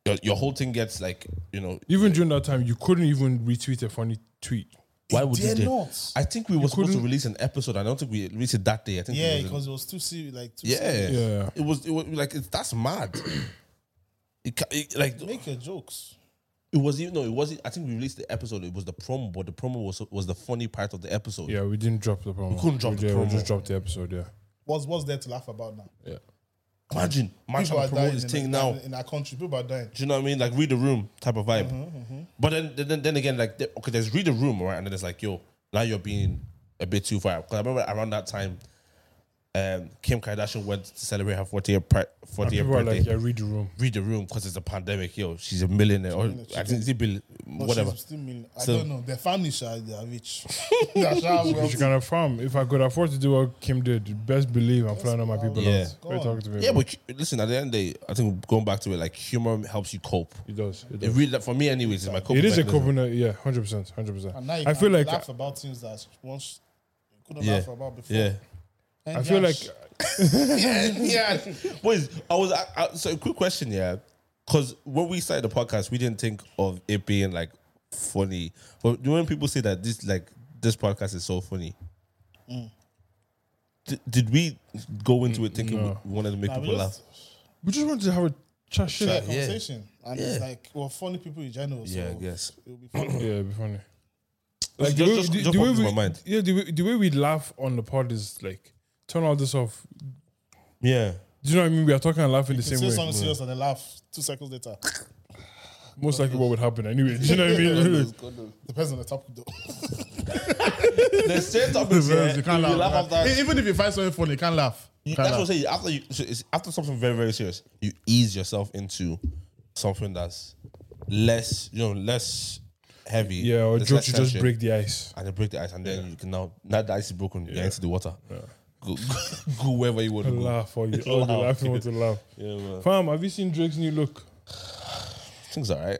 B: your, your whole thing gets like, you know,
A: even during that time, you couldn't even retweet a funny tweet.
B: why would you
C: They're
B: do?
C: not.
B: I think we were supposed to
A: couldn't-
B: release an episode. I don't think we released it that day. I think it
C: yeah,
B: was in-
C: because it was too serious. Like too
B: yeah,
C: serious.
A: Yeah.
B: It was, it was like it's that's mad. [CLEARS THROAT] It, ca- it, like
C: make your jokes.
B: it was even no, it wasn't. I think we released the episode. It was the promo, but the promo was was the funny part of the episode.
A: Yeah, we didn't drop the promo. We
B: couldn't drop the
A: did- We
B: promo.
A: just dropped the episode. Yeah,
C: What's what's there to laugh about now?
A: yeah.
B: Imagine, imagine
C: People are
B: promote
C: dying
B: this
C: in
B: thing
C: our-
B: now.
C: in our country. People are dying.
B: Do you know what I mean? Like read the room type of vibe.
C: Mm-hmm,
B: But then, then, then again, like the- okay, there's read the room, all right? And then it's like, yo, now you're being a bit too far. Because I remember around that time, um, Kim Kardashian went to celebrate her 40th, pri- 40th
A: People are
B: birthday.
A: like, yeah, read the room.
B: Read the room because it's a pandemic. Yo, she's a millionaire. Or I think it's bill,
C: But
B: whatever.
C: she's Still million. I
B: So-
C: don't know. Their families are they
B: [LAUGHS]
C: are rich. they are sure wealthy.
A: She can affirm if I could afford to do what Kim did, best believe I'm flying all my people
B: Yeah.
A: out. We're talking to me.
B: Yeah, but listen, at the end of the day, I think going back to it, like humor helps you cope.
A: it does. It,
B: It
A: does.
B: really, for me, anyways, it's my coping
A: it is a
B: mechanism.
A: covenant. Yeah, hundred percent, hundred percent.
C: And now you
A: I
C: can
A: feel like
C: laugh about things that once you couldn't
B: Yeah.
C: laugh about before.
B: Yeah. [LAUGHS]
C: And
A: I feel like
C: yes,
B: yeah, yeah. Boys, I was I, I, so quick question, yeah, because when we started the podcast, we didn't think of it being like funny. But when people say that this like this podcast is so funny, D- did we go into it thinking
A: no.
B: we wanted to make
C: nah, we
B: people laugh?
C: just
A: we just wanted to have a chat shit.
C: had a
A: Yeah,
B: yeah.
C: conversation, and it's
B: Yeah.
C: like we're funny people in general. So
B: Yeah, I guess.
C: It'll be funny.
A: it'd be funny. Like
B: just-
A: the way,
B: just-
A: the-
B: just
A: the way
B: popped
A: we,
B: in my mind.
A: yeah, the way, the way we laugh on the pod is like turn all this off.
B: Yeah,
A: Do you know what I mean? We are talking and laughing the
C: You
A: same
C: say
A: way.
C: something serious and they laugh two seconds later.
A: Most likely, what would happen anyway? Do you know what I mean?
C: Depends on the topic though.
B: there's
A: [LAUGHS]
B: certain topics yeah,
D: You can't
B: you laugh
D: laugh.
B: after.
D: E- Even if you find something funny, you can't laugh.
B: You,
D: You
B: that's
D: can't
B: what
D: laugh.
B: I'm saying. After you, so it's after something very very serious, you ease yourself into something that's less, you know, less
A: [LAUGHS]
B: heavy.
A: yeah, or
B: there's
A: jokes
B: less
A: to just
B: tension.
A: break the ice.
B: and they break the ice, and then you can now now the ice is broken, you're into the water. Go, [LAUGHS] go wherever you want to go.
A: Laugh or you, oh, you
B: Laugh.
A: laugh, you want to
B: [LAUGHS]
A: laugh.
B: Yeah, man.
A: Fam, have you seen Drake's new look?
B: Things all right.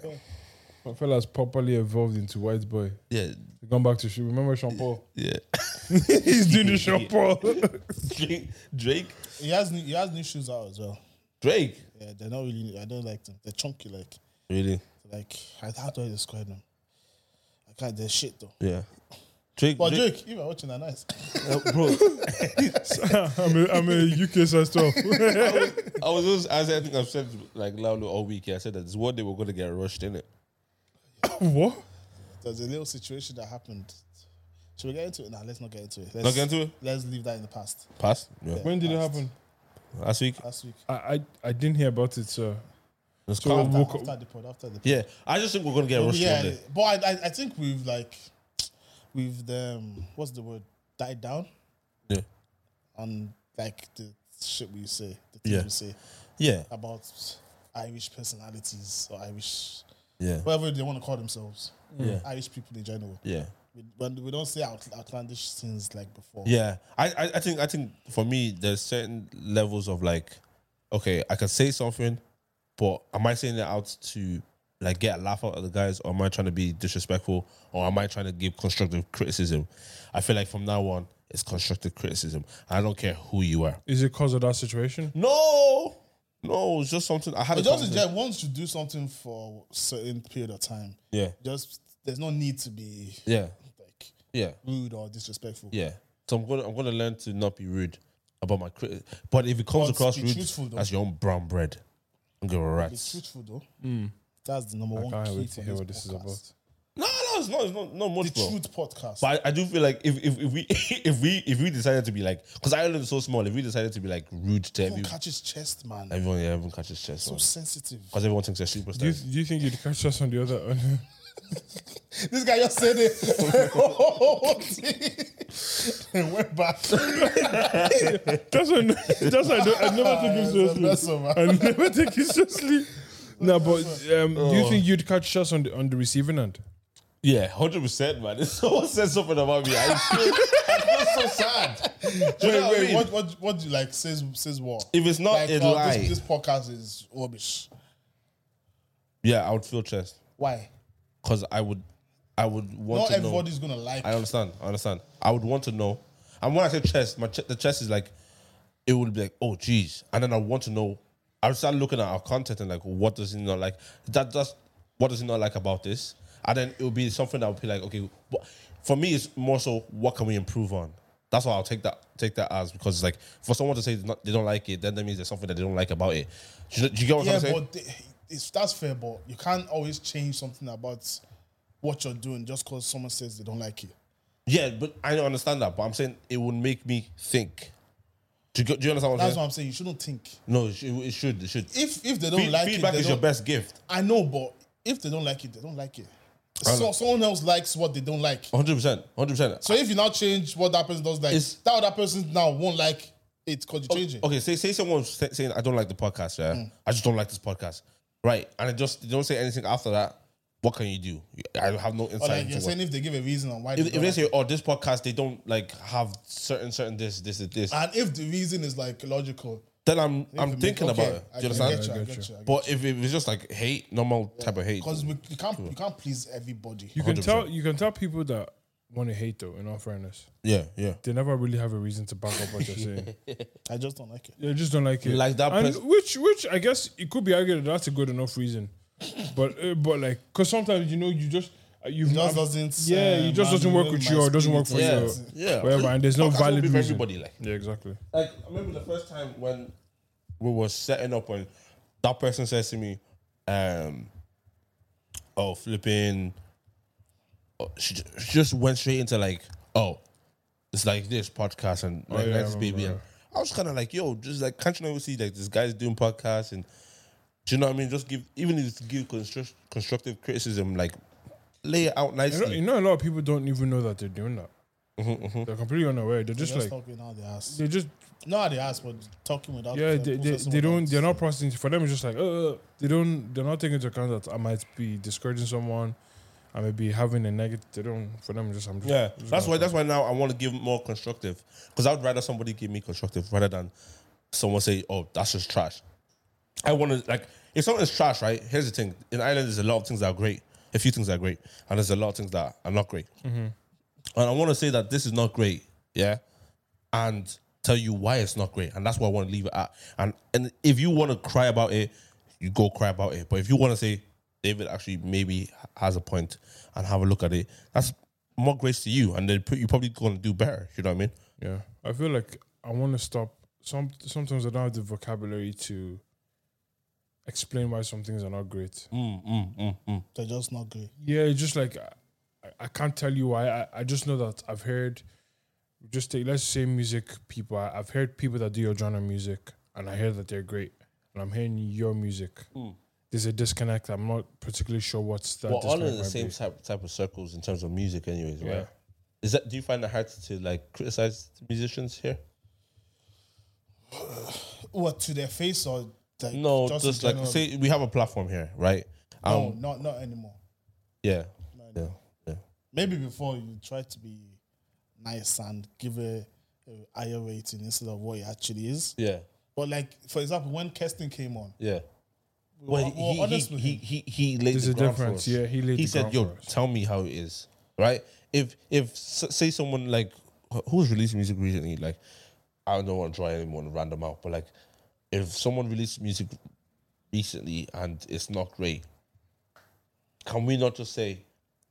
A: My fella's properly evolved into white boy.
B: Yeah,
A: He's gone back to shoe. Remember Sean
B: [LAUGHS]
A: Paul?
B: yeah.
A: He's doing the Sean Paul.
B: [LAUGHS] Drake, Drake,
C: He has new, he has new shoes out as well.
B: Drake.
C: Yeah, they're not really. I don't like them. They're chunky. Like
B: Really?
C: like I- how do I describe them? I can't. They're shit though.
B: Yeah. Drake,
C: But
B: Drake- uh,
C: Drake, you were watching that nice.
B: bro.
A: [LAUGHS] I'm a, I'm a UK [LAUGHS] star.
B: I was just, as I think I've said like loudly all week. Yeah, I said that it's what they were gonna get rushed in it.
A: what?
C: There's a little situation that happened. Should we get into it? Nah, let's not get into it. Let's,
B: Not get into it?
C: Let's leave that in the past.
B: Pass. Yeah.
A: When did it happen?
B: Last week.
C: Last week.
A: I, I I didn't hear about it, sir.
B: Let's
A: So-
B: calm down.
C: After,
A: Woke up-
C: after the pod, after the pod.
B: Yeah, I just think we're gonna get rushed in
C: Yeah,
B: it.
C: but I, I, I think we've like, we've um, what's the word? Died down
B: Yeah.
C: on like the shit we say, the things
B: Yeah.
C: we say
B: Yeah.
C: about Irish personalities or Irish,
B: Yeah.
C: whatever they want to call themselves,
B: Yeah.
C: Irish people in general.
B: Yeah.
C: We, when we don't say out, outlandish things like before.
B: Yeah. I, I, I think I think for me there's certain levels of like, okay, I can say something, but am I saying it out to like get a laugh out of the guys, or am I trying to be disrespectful, or am I trying to give constructive criticism? I feel like from now on it's constructive criticism. I don't care who you are.
A: Is it cause of that situation?
B: No, no, it's just something I had.
C: But
B: a
C: just in
B: conversation-
C: general, once you do something for a certain period of time,
B: yeah,
C: just there's no need to be
B: yeah,
C: like
B: yeah,
C: rude or disrespectful.
B: yeah. So I'm gonna I'm gonna learn to not be rude about my criti- But if it comes
C: But
B: across
C: be
B: rude,
C: truthful, though.
B: that's your own brown bread. I'm gonna
C: Be
B: rats.
C: truthful though. That's the number
A: Hmm. I
C: one
A: can't
C: key
A: wait
C: for
A: to hear
C: this
A: what this is
C: podcast.
A: about.
B: No, no, it's not. It's not, not much,
C: The
B: bro.
C: truth podcast.
B: But I, I do feel like if, if, if we [LAUGHS] if we if we decided to be like, because Ireland is so small, if we decided to be like rude to
C: Don't
B: everyone,
C: catch his chest, man.
B: everyone, yeah, everyone catches chest,
C: so
B: because
C: sensitive.
B: everyone thinks they're
A: Do
B: [LAUGHS]
A: you,
B: superstars.
A: do you think you'd catch us on the other? On,
C: This guy just said [LAUGHS] it. [LAUGHS] and we're
A: [LAUGHS]
C: back.
A: that's what, that's what I, don't- I never take him
C: That's
A: seriously.
C: all, man.
A: I never take him [LAUGHS] seriously. No, but um, do you think you'd catch us on the on the receiving end?
B: Yeah, hundred percent, man. [LAUGHS] If someone says something about me,
C: [LAUGHS]
B: I feel, I feel so sad. Do you know
C: Wait,
B: what I
C: wait,
B: mean?
C: what, what, what do you like? Says, says what?
B: If it's not
C: like,
B: a
C: oh,
B: lie,
C: This, this podcast is rubbish.
B: yeah, I would feel chest
C: Why?
B: because I would, I would want
C: Not
B: to know.
C: everybody's gonna like.
B: I understand. I understand. I would want to know. And when I say chest, my ch- the chest is like, it would be like, oh, geez. And then I want to know. I would start looking at our content and like, what does he not like? That does. What does he not like about this? And then it would be something that would be like, okay, what, for me, it's more so what can we improve on. That's why I'll take that take that as because it's like for someone to say it's not, they don't like it, then that means there's something that they don't like about it. Do you, do you get what
C: yeah,
B: I'm saying?
C: but they- it's that's fair, but you can't always change something about what you're doing just because someone says they don't like it.
B: Yeah, but I don't understand that. But I'm saying it would make me think. Do you, go- do you understand what I'm
C: That's
B: saying?
C: what I'm saying. You shouldn't think
B: No, it should. It should. It should.
C: if if they don't
B: Fe-
C: like
B: feedback
C: it.
B: is
C: they
B: your
C: don't-
B: best gift.
C: I know, but if they don't like it, they don't like it.
B: I know.
C: So, someone else likes what they don't like.
B: 100 percent. 100 percent.
C: So if you now change what that person does like,
B: It's-
C: that other person now won't like it because you change it.
B: Okay, say say someone's sa- saying I don't like the podcast. Yeah,
C: Mm.
B: I just don't like this podcast. Right, and I just they don't say anything after that. What can you do? I have no
C: Or
B: insight.
C: like
B: into
C: you're
B: what-
C: saying if they give a reason on why
B: if,
C: they
B: if
C: don't
B: they
C: like it.
B: say, "Oh, this podcast, they don't like have certain certain this this this, this,"
C: and if the reason is like logical,
B: then I'm I'm
C: Ah, if it
B: thinking
C: make-
B: about
C: okay,
B: it.
C: I
B: Do you
C: can
B: understand?
C: Get you, I
A: Yeah, I
C: get
A: get
C: you, I get
B: But if it was just like hate, normal type of hate,
C: Because you can't you can't please everybody.
A: You can
B: 100%.
A: tell you can tell people that want to hate though. In all fairness,
B: yeah, yeah.
A: they never really have a reason to back up what [LAUGHS] they're saying.
C: I just don't like it.
A: They just don't like it.
B: Like that
A: and
B: pres-
A: which which I guess it could be argued that that's a good enough reason. [LAUGHS] But uh, but like because sometimes you know you just uh, you've
C: It just doesn't.
A: Yeah, it just doesn't work with you or doesn't work for
B: Yeah,
A: you. or
B: yeah.
A: Whatever, and there's no
B: Podcast won't
A: valid
B: be for
A: reason.
B: everybody, like.
A: Yeah, exactly.
B: like I remember the first time when we were setting up and that person says to me, um, oh flipping oh, she, ju- she just went straight into like, oh, it's like this podcast and like
A: Oh, yeah, I
B: that's baby. And
A: remember.
B: I was kinda like, yo, just like can't you not see like this guy's doing podcasts and do you know what I mean? Just give even if it's give construct, constructive criticism, like lay it out
A: You know,
B: nicely.
A: you know, a lot of people don't even know that they're doing that.
B: Mm-hmm,
A: They're completely unaware. They're just
C: Just
A: like
C: talking out the ass.
A: they just
C: Not out the ass, but talking without.
A: yeah they,
C: uh,
A: they,
C: processing
A: they don't
C: without-
A: they're not processing for them. It's just like uh, they don't they're not taking into account that I might be discouraging someone. I may be having a negative. They don't for them. Just I'm just
B: Yeah,
A: just
B: that's
A: not-
B: why. That's why now I want to give more constructive because I'd rather somebody give me constructive rather than someone say, "Oh, that's just trash." I want to like if something's trash, right? Here's the thing: in Ireland, there's a lot of things that are great, a few things that are great, and there's a lot of things that are not great. And I want to say that this is not great, yeah, and tell you why it's not great, and that's what I want to leave it at. And and if you want to cry about it, you go cry about it. But if you want to say David actually maybe has a point and have a look at it, that's more grace to you, and then put, you're probably gonna do better. You know what I mean?
A: Yeah, I feel like I want to stop. Some sometimes I don't have the vocabulary to explain why some things are not great.
B: Mm, mm, mm, mm.
C: They're just not great.
A: Yeah, it's just like I, I can't tell you why. I, I just know that I've heard. Just take let's say music people. I, I've heard people that do your genre music, and I hear that they're great, and I'm hearing your music. There's a disconnect. I'm not particularly sure what's that.
B: We're all
A: disconnect
B: in the
A: might
B: same
A: be.
B: type, type of circles in terms of music, anyways,
A: Yeah.
B: right? Is that do you find it hard to, like criticize musicians here?
C: What to their face or like,
B: No,
C: just,
B: just,
C: in
B: like
C: general?
B: say we have a platform here, right?
C: no,
B: Um,
C: not not anymore.
B: yeah, yeah, yeah.
C: Maybe before you try to be nice and give a, a higher rating instead of what it actually is.
B: Yeah,
C: But like for example, when Keston came on,
B: yeah. Well,
C: were- we were
B: he,
C: honest
B: he,
C: with
B: he,
C: him.
B: he, he laid
A: There's
B: the
A: a
B: ground for
A: difference,
B: us.
A: yeah, he laid the
B: said,
A: ground
B: "Yo,
A: for us."
B: tell me how it is, right? If if s- say someone like wh- who's releasing music recently, like I don't want to draw anyone random out, but like if someone released music recently and it's not great, can we not just say,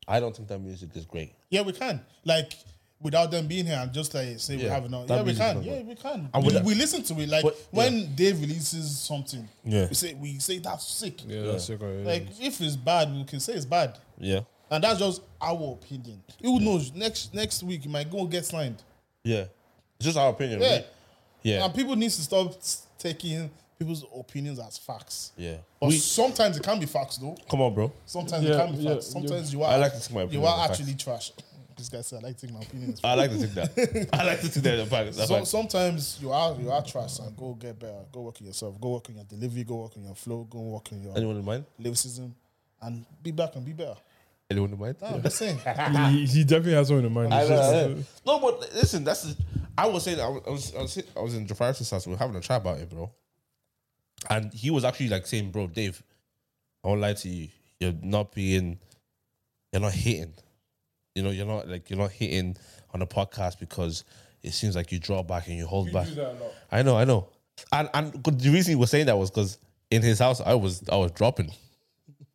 B: I don't think that music is great?
C: yeah, we can. Like without them being here, I'm just like say we
B: Yeah,
C: have enough.
B: that
C: Yeah, we
B: music is
C: can.
B: not
C: Yeah,
B: good.
C: we can.
B: And
C: we,
B: with that-
C: we listen to it. Like
B: But-
C: when Dave releases something,
B: Yeah.
C: we say we say that's sick.
A: Yeah, that's it.
C: Like if it's bad, we can say it's bad.
B: Yeah,
C: And that's just our opinion. Who knows? Next next week, it might go and get signed.
B: yeah. It's just our opinion,
C: Yeah.
B: right? Yeah,
C: And people need to stop s- taking people's opinions as facts.
B: yeah.
C: But
B: We,
C: sometimes it can be facts, though.
B: come on, bro.
C: Sometimes it
A: Yeah,
C: can be
A: yeah,
C: facts. Sometimes you are.
B: I like to take my opinion
C: You are
B: as
C: actually trash. [LAUGHS] This guy said, "I like to take my opinion." as
B: I like to think that. I like to think that. in fact.
C: So- sometimes you are you are trash and go get better. Go work on yourself. Go work on your delivery. Go work on your flow. Go work on your
B: Anyone in mind?
C: lyricism, and be back and be better.
B: Anyone in mind?
C: No, I'm just
B: [LAUGHS]
C: saying.
A: he, he definitely has one in mind.
B: I
A: It's
B: know,
A: just-
B: I know. No, but listen, that's. The, I was saying, I was, I was, I was in Jafar's house. We were having a chat about it, bro. And he was actually like saying, "Bro, Dave, I won't lie to you. You're not being, you're not hitting. You know, you're not like you're not hitting on the podcast because it seems like you draw back and you hold back. I know, I know. And and 'cause the reason he was saying that was because in his house, I was I was dropping,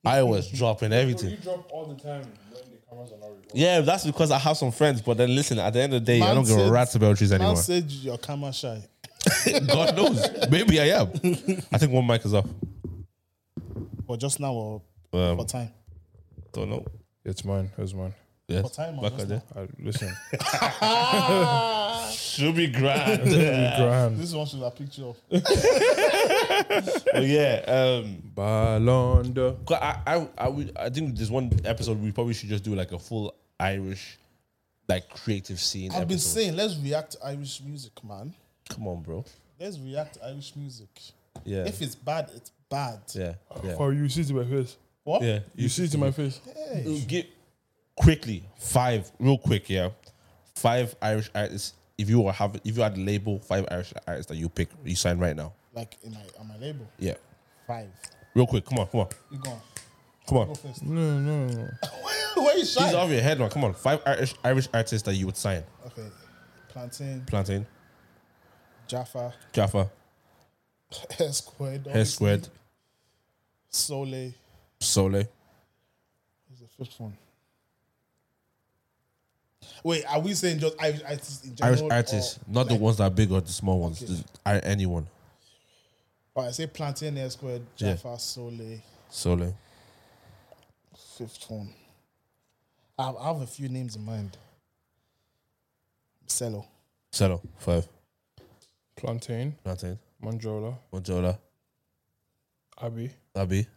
B: I was dropping everything.
A: You drop all the time when the cameras are not recording.
B: Yeah, that's because I have some friends, but then listen, at the end of the day, I
C: Man
B: don't give a
C: said-
B: rat's about trees
C: Man
B: anymore.
C: said you're camera shy.
B: [LAUGHS] God knows. Maybe I am. I think one mic is off.
C: But just now or
B: Um, [LAUGHS]
C: for time.
B: Don't know.
A: It's mine. It's mine.
B: Yeah.
C: What time
B: Back
C: was
B: at there.
A: I, listen,
B: Ah! Should be grand.
A: grand.
C: This one should have a picture of.
B: [LAUGHS] but yeah. Um,
A: Ballon d'Or.
B: 'cause I, I, I, would, I think there's one episode we probably should just do like a full Irish, like creative scene.
C: I've been
B: episode.
C: saying let's react to Irish music, man.
B: Come on, bro.
C: Let's react to Irish music.
B: Yeah.
C: If it's bad, it's bad.
B: yeah. Yeah.
A: Oh, you see it in my face.
C: What?
B: Yeah.
A: You see it in my face.
B: Get quickly five, real quick, yeah. Five Irish artists. If you were have, if you had a label, five Irish artists that you pick, you sign right now.
C: Like in my on my label.
B: Yeah,
C: Five.
B: real quick. Come on, come on,
C: You go. on.
B: come
C: Go
B: on.
C: first.
A: No, no,
C: [LAUGHS]
A: no.
C: Why you
B: These are
C: shy?
B: off your head, man. Come on. Five Irish Irish artists that you would sign:
C: Okay. Plantain,
B: Plantain,
C: Jaffa,
B: Jaffa,
C: S squared,
B: Hair Squared,
C: Sole.
B: Sole.
C: Who's the fifth one? Wait, are we saying just Irish artists in general?
B: Irish artists,
C: or
B: not the
C: like-
B: ones that are big or the small ones.
C: Okay.
B: the- I- anyone.
C: Alright, oh, say Plantain, S squared,
B: Yeah.
C: Jaffa, Sole.
B: Sole.
C: Fifth one. I I have a few names in mind. Cello.
B: Cello. Five.
A: Plantain,
B: Plantain.
A: Manjola,
B: Mojola.
A: Abbey,
B: Abby.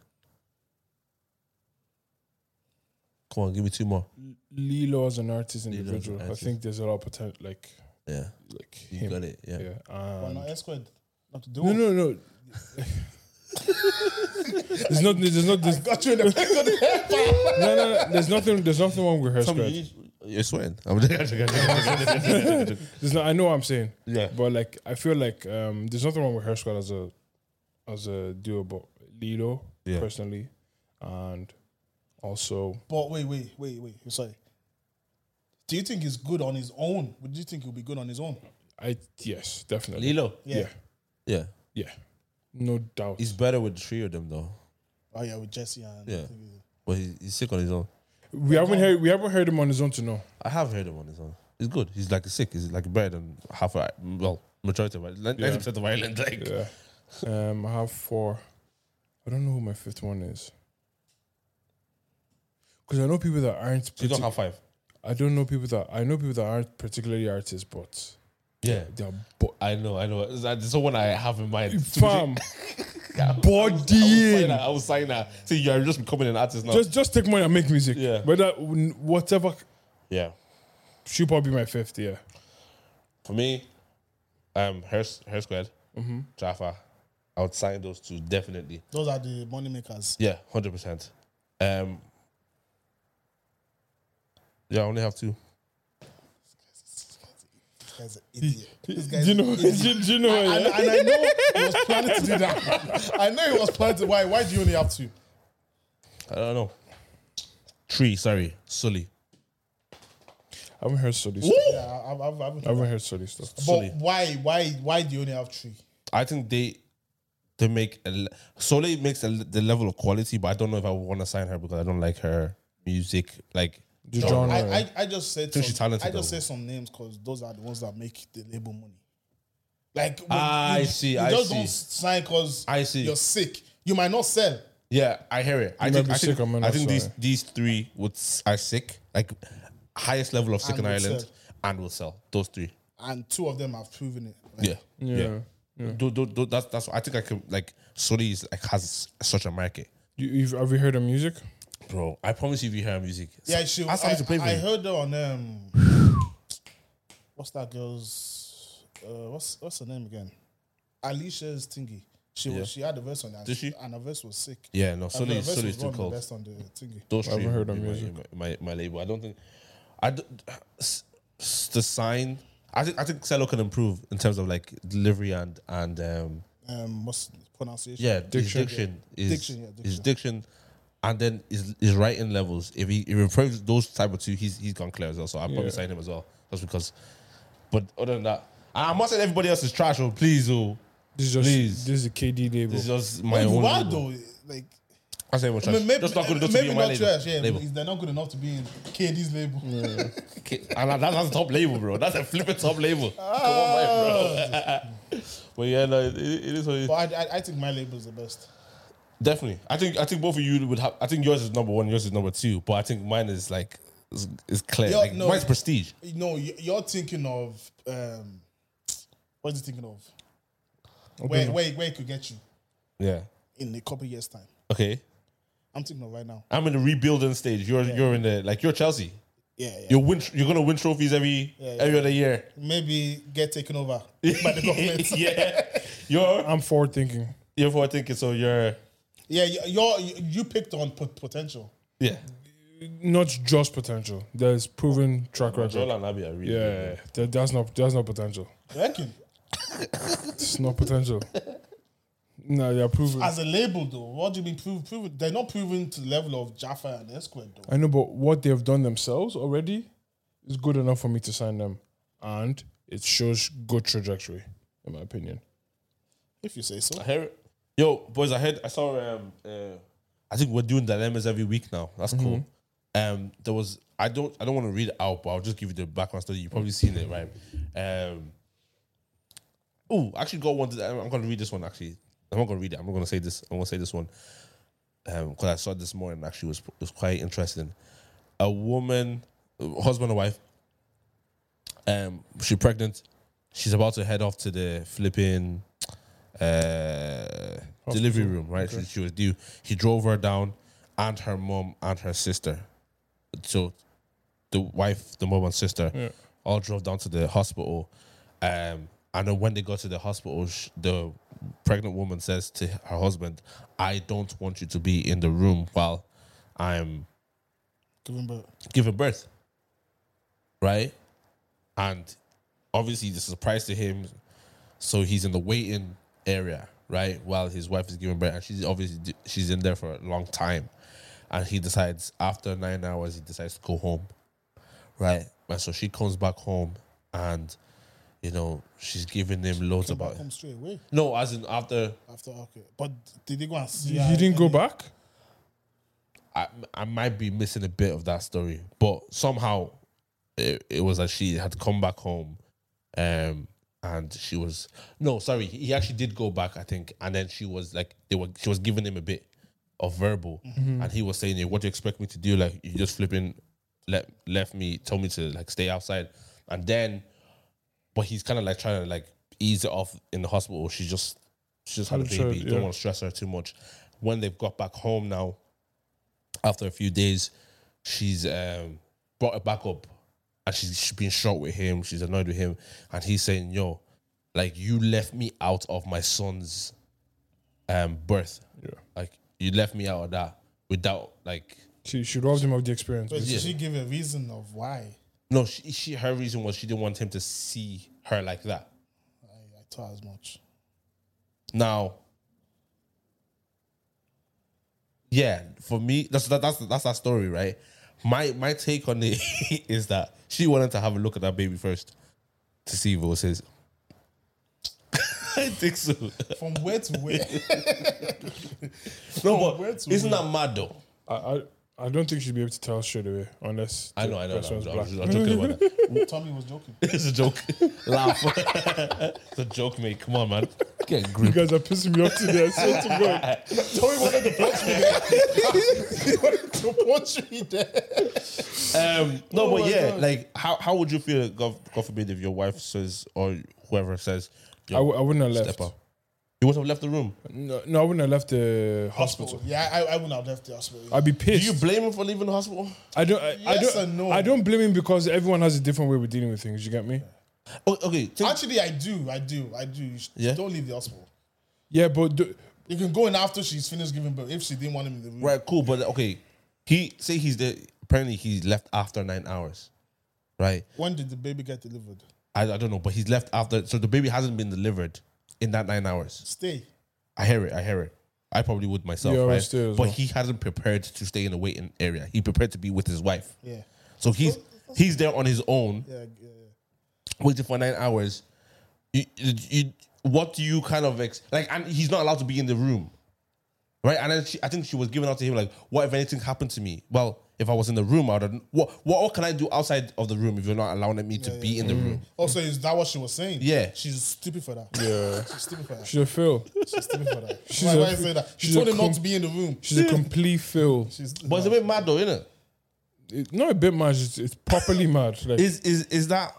B: Come on, give me two more.
A: Lilo as an artist
B: Lilo as an
A: individual.
B: artist.
A: I think there's a lot of potential, like,
B: Yeah.
A: like
B: You
A: him.
B: got it. Yeah.
A: Yeah.
C: But not
A: and-
C: S squared. Not to do.
A: no, no, no. [LAUGHS] there's not. There's not. There's,
C: Got you in the back of the head.
A: [LAUGHS]
C: pal.
A: no, no, no. There's nothing. There's nothing wrong with her
B: Some-
A: squad.
B: you- You're sweating. I'm [LAUGHS] just-
A: There's not, I know what I'm saying.
B: Yeah.
A: But like, I feel like um, there's nothing wrong with her squad as a as a duo, but Lilo
B: Yeah.
A: personally, and also
C: But wait, wait, wait, wait. Sorry. Do you think he's good on his own? Would you think he'll be good on his own?
A: I yes definitely
B: Lilo.
A: yeah yeah,
B: Yeah.
A: no doubt
B: He's better with the three of them though.
C: Oh yeah, with Jesse and
B: Yeah. But he's, he's sick on his own.
A: We haven't heard we haven't heard him on his own to know.
B: I have heard him on his own. He's good. He's like a sick. He's like better than half of well, majority of ninety percent of Ireland. Like
A: Yeah. Um, I have four. I don't know who my fifth one is. Because I know people that aren't.
B: you don't
A: partic-
B: have five.
A: I don't know people that I know people that aren't particularly artists, but
B: Yeah.
A: they're bo-
B: I know, I know. Is that- There's someone I have in mind.
A: fam
B: I
A: bodying.
B: was saying that. See, you're just becoming an artist now.
A: Just just take money and make music.
B: Yeah.
A: Whether whatever
B: yeah.
A: should probably be my fifth. Yeah.
B: For me, um, Hair, hair Squared, mm-hmm. Jaffa, I would sign those two definitely.
C: Those are the money makers.
B: Yeah, 100%. Um, yeah, I only have two.
C: This guy's an idiot. This
A: Do
C: guy's
A: you
C: an
A: know? [LAUGHS] Do
C: idiot.
A: you know?
C: And,
A: yeah?
C: and I know he
B: [LAUGHS]
C: was planning to do that. I know he was planning to. Why? Why do you only have two?
B: I don't know. Three, sorry. Sully.
A: I haven't heard Sully. Stuff.
C: Yeah, I, I, I,
A: I haven't heard Sully stuff.
B: Sully.
C: but why? Why? Why do you only have three?
B: I think they they make a, le- Soleil makes a, le- the level of quality, but I don't know if I would want to sign her because I don't like her music. Like,
A: The genre.
B: genre.
C: I,
A: yeah.
C: I, I just said
B: Think
C: some,
B: she's talented,
C: I just
B: though.
C: said some names because those are the ones that make the label money. Like when
B: Ah, I
C: you-
B: see,
C: You
B: I
C: just
B: see.
C: don't sign because
B: I see.
C: you're sick. You might not sell.
B: yeah, I hear it. I
A: You might
B: think,
A: be
B: I
A: sick, I might
B: think, I
A: not
B: think
A: sign
B: these
A: her.
B: these three would s- are sick, like highest level of sick
C: And
B: in
C: will
B: Ireland,
C: sell.
B: and will sell those three.
C: and two of them have proven it. Like,
B: Yeah,
A: yeah.
B: Do, do, do, that's that's. I think I can like Soleil is like has such a market,
A: You, you've, have you heard her music?
B: bro. I promise you, if you hear her music,
C: Yeah, she.
B: ask
C: I,
B: her to play for
C: I
B: you.
C: heard her on um, what's that girl's? Uh, what's what's her name again? Alicia's thingy. She was, she had a verse on that.
B: Did she?
C: And her verse was sick.
B: Yeah, no,
C: And
B: Soleil,
C: her verse
B: Soleil
C: was
B: is too
C: one of the
B: cold.
C: best on the thingy.
B: those
A: haven't
B: three
A: heard
B: would
A: her
B: be my-
A: music.
B: My, my, my label. I don't think I d- s- s- the sign. I think I think Cello can improve in terms of like delivery and and um,
C: Um, what's the pronunciation?
B: yeah diction, diction is
C: Diction, yeah,
B: is
C: diction.
B: diction, and then his his writing levels. If he, if he improves those type of two, he's he's gone clear as well. So I will
A: Yeah.
B: probably sign him as well. That's because. But other than that, I'm not saying everybody else is trash. Oh please, oh
A: This is just
B: Please.
A: this is a KD label.
B: this is just my
C: You
B: own.
C: are
B: label.
C: though. Like
B: I say we're trash.
C: maybe,
B: just not good enough to
C: maybe
B: be in my
C: not
B: label.
C: trash. Yeah,
B: label.
C: they're not good enough to be in KD's label.
B: Okay, [LAUGHS] and that, that's a top label, bro. That's a flipping top label. [LAUGHS] Come on,
C: Ah.
B: man, bro. [LAUGHS] but yeah, no, it, it is what it is.
C: [LAUGHS] but I, I, I think my label is the best.
B: Definitely, I think I think both of you would have. I think yours is number one, yours is number two, but I think mine is like is, is clear.
C: Yeah,
B: like
C: no.
B: mine's prestige.
C: You know, y- you're thinking of um, what's he thinking of? Where, where, where it could get you
B: Yeah.
C: in a couple years time.
B: Okay.
C: I'm thinking of right now.
B: I'm in the rebuilding stage. You're you're in the like you're Chelsea.
C: Yeah, yeah.
B: You're win. You're gonna win trophies every
C: yeah.
B: every other year.
C: Maybe get taken over by the government.
B: [LAUGHS] yeah. You're
A: I'm forward thinking.
B: you're for thinking. So you're
C: yeah, you- you're you you picked on pot- potential.
B: yeah.
A: Not just potential. There's proven track
B: Joel
A: record.
B: and Abi are really
A: Yeah, that, that's not that's not potential.
C: You reckon?
A: It's not potential. No, they're proven.
C: As a label though, what do you mean prove proven? They're not proven to the level of Jaffa and Esquire though.
A: I know, but what they've done themselves already is good enough for me to sign them, and it shows good trajectory, in my opinion.
C: If you say so.
B: I hear it. Yo, boys, I heard I saw um uh, I think we're doing dilemmas every week now. That's cool. Um there was I don't I don't want to read it out, but I'll just give you the background story. You've probably seen it, right? Um Oh, I actually got one that- I'm gonna read this one actually. I'm not gonna read it, I'm not gonna say this, I'm gonna say this one. Um because I saw it this morning actually was was quite interesting. A woman, husband and wife, um, she's pregnant, she's about to head off to the flipping uh, delivery room, right? She, she was due. He drove her down, and her mom and her sister. So, the wife, the mom, and sister all drove down to the hospital. Um, and then when they got to the hospital, sh- the pregnant woman says to her husband, "I don't want you to be in the room while I'm
C: Given birth.
B: giving birth, right? And obviously, this is a price to him, so he's in the waiting area, right? While his wife is giving birth, and she's obviously she's in there for a long time, and he decides after nine hours he decides to go home, right? And so she comes back home, and you know she's giving him loads about
C: Come straight away
B: no, as in after
C: after okay. But did they go and see
A: You didn't go back.
B: I I might be missing a bit of that story, but somehow it, it was that she had come back home, um, and she was no sorry he actually did go back I think, and then she was like they were she was giving him a bit of verbal, and he was saying "Hey, what do you expect me to do like you just flipping left left me told me to like stay outside, and then but he's kind of like trying to like ease it off in the hospital. She just she just had a
A: I'm sure,
B: baby. Don't
A: yeah.
B: want to stress her too much. When they've got back home now, after a few days, she's um, brought it back up, and she's, she's been short with him. She's annoyed with him, and he's saying, "Yo, like you left me out of my son's um birth.
A: Yeah.
B: Like you left me out of that without like."
A: She she robbed him of the experience.
C: But
A: basically.
C: did she give a reason of why?
B: No, she, she her reason was she didn't want him to see her like that.
C: I, I thought as much.
B: Now, yeah, for me, that's that, that's that's that story, right? My my take on it [LAUGHS] is that she wanted to have a look at that baby first to see if it was his. [LAUGHS] I think so.
C: From where to [LAUGHS] where?
B: No,
C: where
B: but
C: to
B: isn't that mad though?
A: I, I I don't think she'd be able to tell straight away unless
B: I
A: the
B: know, I know. I know,
A: person's
B: I
A: black.
B: was- I was joking about that.
C: Tommy was joking.
B: It's a
C: [LAUGHS]
B: joke. Laugh. [LAUGHS] it's a joke, mate. Come on, man. Get a [LAUGHS] grip.
A: You guys are pissing me off today. I swear to
B: [LAUGHS]
A: God.
C: Tommy wanted to punch me there. he wanted to [LAUGHS] punch me there.
B: Um, no,
C: Oh
B: but
C: my
B: yeah,
C: God.
B: like, how, how would you feel, God, God forbid, if your wife says or whoever says,
A: I, w- I wouldn't have left.
B: step up? You would have left the room.
A: No, no, I wouldn't have left the hospital.
C: Yeah, I, I wouldn't have left the hospital.
A: I'd be
B: Do you
A: pissed.
B: blame him for leaving the hospital?
A: I don't. I, I
C: Yes
A: don't.
C: and no.
A: I don't blame him because everyone has a different way of dealing with things. You get me?
B: O- Okay, think,
C: Actually, I do. I do. I do. You sh-
B: Yeah?
C: Don't leave the hospital.
A: Yeah, but do,
C: You can go in after she's finished giving birth if she didn't want him in the room.
B: right, cool, but okay. He say he's there. Apparently, he's left after nine hours, right?
C: When did the baby get delivered?
B: I, I don't know, but he's left after. So the baby hasn't been delivered in that nine hours.
C: Stay.
B: I hear it. I hear it. I probably would myself,
A: Yeah, I would
B: right?
A: stay as
B: but
A: well.
B: he hasn't prepared to stay in the waiting area. He prepared to be with his wife.
C: Yeah.
B: So he's he's there on his own,
C: Yeah. yeah, yeah.
B: waiting for nine hours. You, you, you- what do you kind of ex- like? And he's not allowed to be in the room, right? And then she, I think she was giving out to him like, "What if anything happened to me? Well, if I was in the room, I'd what what, what can I do outside of the room if you're not allowing me to be in
A: Mm.
B: the room?
C: Also, is that what she was saying?
B: Yeah.
C: She's stupid for that.
A: yeah,
C: She's stupid for that.
A: she's a fail.
C: She's stupid for that.
A: [LAUGHS] She's
C: why,
A: a-
C: why you say that? She
A: she's
C: told
A: a
C: him not
A: com-
C: to be in the room.
A: She's a complete fail.
C: She's,
B: But it's a bit mad though, isn't it?
A: It- not a bit mad. It's, it's properly mad. Like
B: Is is is that?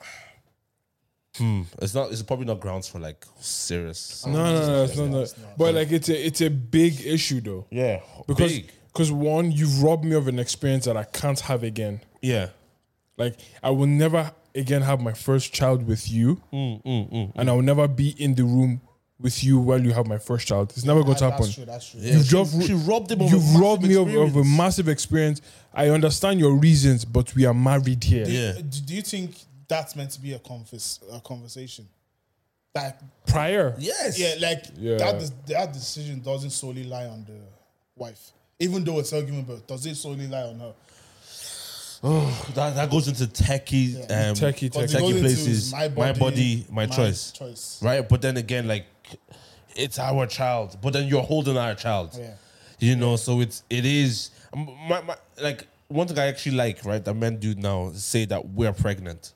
B: Hmm, it's not. It's probably not grounds for like serious.
A: no, no, no, it's not that. But like it's a it's a big issue though
B: Yeah,
A: because
B: big.
A: because one, you've robbed me of an experience that I can't have again.
B: yeah,
A: Like I will never again have my first child with you,
B: Mm,
A: and I will never be in the room with you while you have my first child. It's never going to happen.
C: That's true. That's true.
A: You've just
B: she robbed him of a
A: You've
B: massive
A: robbed me of, of a
B: experience.
A: massive experience. I understand your reasons, but we are married here.
B: yeah.
C: Do, do you think that's meant to be a, converse, a conversation? That
A: Prior, [LAUGHS]
B: Yes.
C: yeah, like
A: Yeah.
C: that. des- That decision doesn't solely lie on the wife, even though it's argument, but does it solely lie on her?
B: That, that goes into techie, um,
A: Techie, techie.
C: Because it
B: techie
C: goes into
B: places. My body, my, choice.
C: Choice.
B: Right, but then again, like it's our child, but then you're holding our child.
C: Oh, Yeah.
B: You know, so it's it is m- my, my, like one thing I actually like, right? That men do now is say that we're pregnant,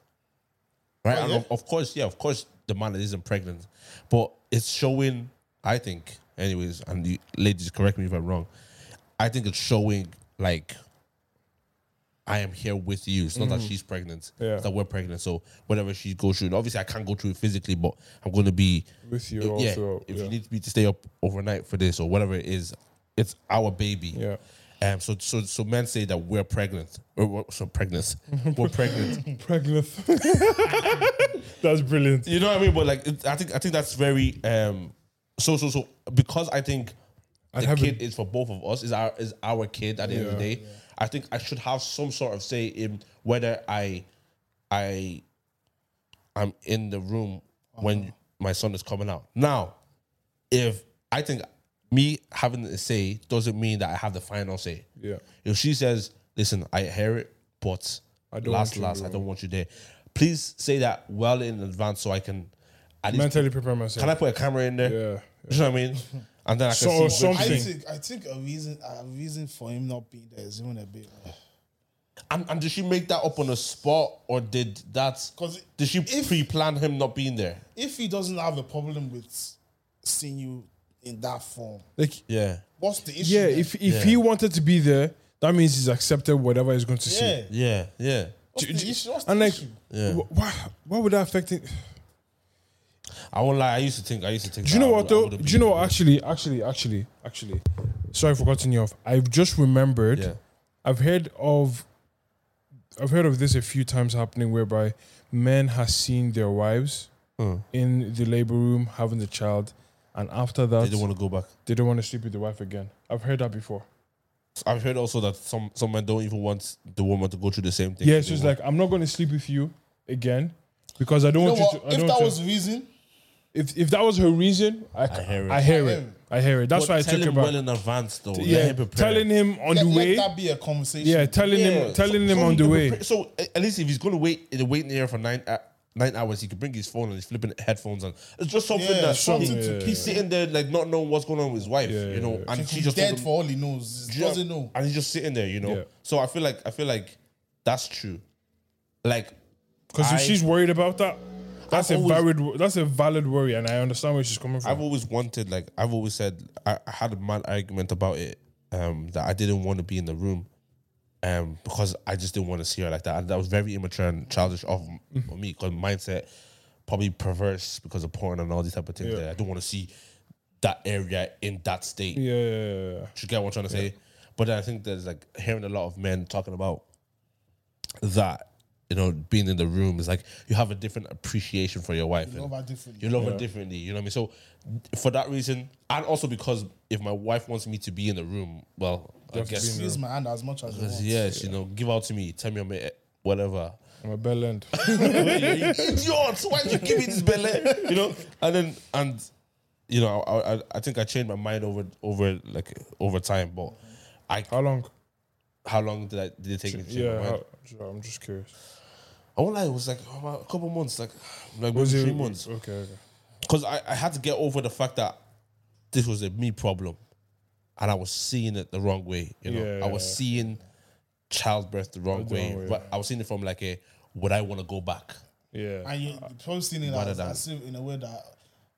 B: right? and
C: Oh, yeah?
B: of, of course, yeah, of course, the man isn't pregnant, but it's showing. I think, anyways, and the ladies, correct me if I'm wrong. I think it's showing like I am here with you. It's not
C: Mm-hmm.
B: that she's pregnant.
A: Yeah.
B: It's that we're pregnant. So whatever she goes through, and obviously I can't go through it physically, but I'm going to be
A: With you
B: Uh,
A: all
B: Yeah.
A: throughout,
B: If
A: yeah.
B: you need me to stay up overnight for this or whatever it is, it's our baby.
A: Yeah.
B: Um. So so so men say that we're pregnant or we're,
A: [LAUGHS]
B: so pregnant. we're
C: Hmm.
B: pregnant.
A: pregnant. [LAUGHS] That's brilliant.
B: You know what I mean? But like, it, I think I think that's very um. So so so because I think the
A: have a-
B: kid is for both of us is our is our kid at the end of the day. I think I should have some sort of say in whether I I I'm in the room
A: Uh-huh.
B: when my son is coming out. Now, if I think me having a say doesn't mean that I have the final say.
A: Yeah.
B: If she says, "Listen, I hear it, but
A: I don't want
B: last
A: you
B: last, I
A: around."
B: don't want you there," please say that well in advance so I can at least
A: Mentally prepare myself.
B: can I put a camera in there?
A: Yeah,
B: You know what I mean? and then I can
A: So- or
B: see
A: something.
C: I
A: thing.
C: think I think a reason a reason for him not being there is even a bit.
B: And, and did she make that up on the spot, or did that?
C: 'Cause
B: Did she
C: if-
B: pre-plan him not being there?
C: If he doesn't have a problem with seeing you in that form,
A: Like
B: Yeah,
C: what's the issue?
A: yeah,
C: then?
A: if if he wanted to be there, that means he's accepted whatever he's going to
C: yeah,
A: see.
B: yeah, yeah.
C: what's the issue? What's
A: And
C: the
A: like,
C: issue?
B: Yeah.
A: wh- why why would that affect it?
B: I won't lie. I used to think. I used to think.
A: Do you
B: that
A: know
B: I
A: what
B: would- I
A: though?
B: would've
A: Do you know
B: been-
A: what? Actually, actually, actually, actually. Sorry for cutting you off. I've just remembered.
B: Yeah.
A: I've heard of. I've heard of this a few times happening, whereby men has seen their wives
B: Hmm.
A: in the labor room having the child, and after that
B: They don't want to go back.
A: they don't want to sleep with the wife again. I've heard that before.
B: I've heard also that some some men don't even want the woman to go through the same thing.
A: Yeah,
B: they
A: she's
B: want.
A: like, I'm not going to sleep with you again because I don't
C: You know
A: want you
C: what?
A: to. I
C: If
A: don't
C: that
A: want
C: was
A: to,
C: the reason,
A: if, if that was her reason, I,
B: I hear it.
A: I hear
C: I
A: it.
C: am.
A: I hear it. That's
B: But
A: why I
B: tell
A: took it
B: him
A: back.
B: well in advance though. Let
A: yeah,
B: him prepare.
A: telling him on the
C: let, let
A: way.
C: that be a conversation.
A: Yeah, telling
B: Yeah.
A: him, telling him
B: So
A: on
B: he
A: the
B: can
A: way.
B: prepare- So a- at least if he's gonna wait in the waiting area for nine uh, nine hours, he could bring his phone and his flipping headphones on. It's just something
C: Yeah,
B: that's
C: something
B: something
C: to
B: He's sitting there like not knowing what's going on with his wife, you know, and she
C: He's
B: just
C: dead
B: told him-
C: for all he knows.
B: Do
C: He
B: you know-
C: doesn't know.
B: and he's just sitting there, you know.
A: Yeah.
B: So I feel like I feel like that's true. Like
A: Because if
B: I-
A: she's worried about that, that's
B: I've
A: a
B: always-
A: valid that's a valid worry, and I understand where she's coming from.
B: I've always wanted, like I've always said, I, I had a mad argument about it um, that I didn't want to be in the room um, because I just didn't want to see her like that, and that was very immature and childish of
A: Mm-hmm.
B: of me because mindset probably perverse because of porn and all these type of things.
A: Yeah.
B: that I don't want to see that area in that state.
A: yeah, yeah, yeah, yeah.
B: Do you get what I'm trying to say? But then I think there's like hearing a lot of men talking about that, you know, being in the room is like you have a different appreciation for your wife. You
C: love her differently.
B: You love her differently. You know what I mean? So for that reason, and also because if my wife wants me to be in the room, well, I
A: have to be
B: guess
A: in
C: Squeeze my hand as much as you want.
B: yes, you know, give out to me, tell me I'm a, eh,
A: [LAUGHS]
B: whatever.
A: I'm a bell end.
B: Idiot! Why did you give me this belly? You know, and then and you know, I, I I think I changed my mind over over like over time, but I
A: How long?
B: how long did I did it [LAUGHS] take me to change my
A: Yeah,
B: mind?
A: how, sure, I'm just curious.
B: I won't lie, it was like about a couple months, like like
A: Was
B: maybe
A: it
B: three months,
A: Okay, okay.
B: because I, I had to get over the fact that this was a me problem, and I was seeing it the wrong way. You know, I was
A: Yeah.
B: seeing childbirth the wrong
A: The
B: way.
A: wrong way,
B: But I was seeing it from like a would I want to go back?
A: Yeah,
C: And you you probably seen it
B: Rather
C: as,
B: than-
C: as if in a way that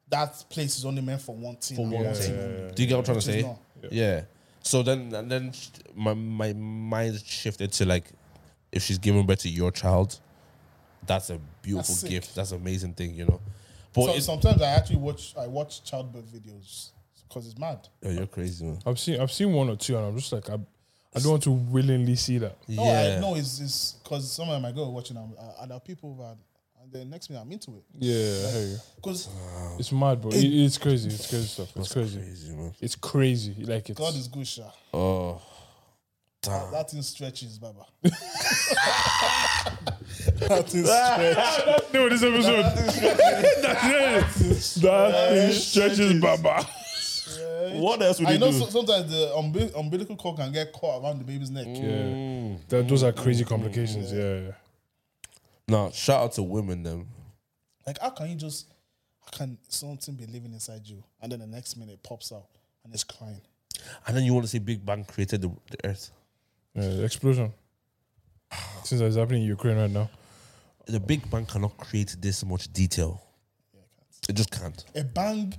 C: that place is only meant for one thing.
B: For
C: and
B: one thing. Do you get what I'm trying to
C: Which
B: say?
C: is not.
B: Yeah. So then and then sh- my my mind shifted to like if she's giving birth to your child, that's a beautiful
C: sick.
B: gift. That's an amazing thing, you know. But
C: So,
B: it's,
C: sometimes I actually watch I watch childbirth videos because it's mad.
B: oh, you're crazy, man.
A: I've seen I've seen one or two, and I'm just like I, I don't want to willingly see that.
C: No,
B: yeah.
C: I know it's it's because some of my girl watching them uh, and there are people that and the next minute I'm into it
A: Yeah, I hear you.
C: because
A: it's mad, but it, it's crazy. It's crazy stuff. It's crazy.
B: Oh. [LAUGHS] Crazy, man.
A: It's crazy. Like it's
C: God is good, sha.
B: Oh,
C: That, that thing
B: [LAUGHS]
C: stretches, Baba. that thing
A: [LAUGHS] no, this episode. That's it. That thing stretches, Baba.
C: stretches.
B: what else would
C: I
B: you
C: know
B: do?
C: so, sometimes the umbil- umbilical cord can get caught around the baby's neck.
B: Mm.
A: Yeah, that, those are crazy complications. Yeah, yeah.
B: No, shout out to women them.
C: Like, how can you just, how can something be living inside you and then the next minute it pops out and it's crying?
B: And then you want to say Big Bang created the, the earth.
A: Yeah, the explosion. Since that's happening in Ukraine right now.
B: The Big Bang cannot create this much detail. It just can't.
C: A bang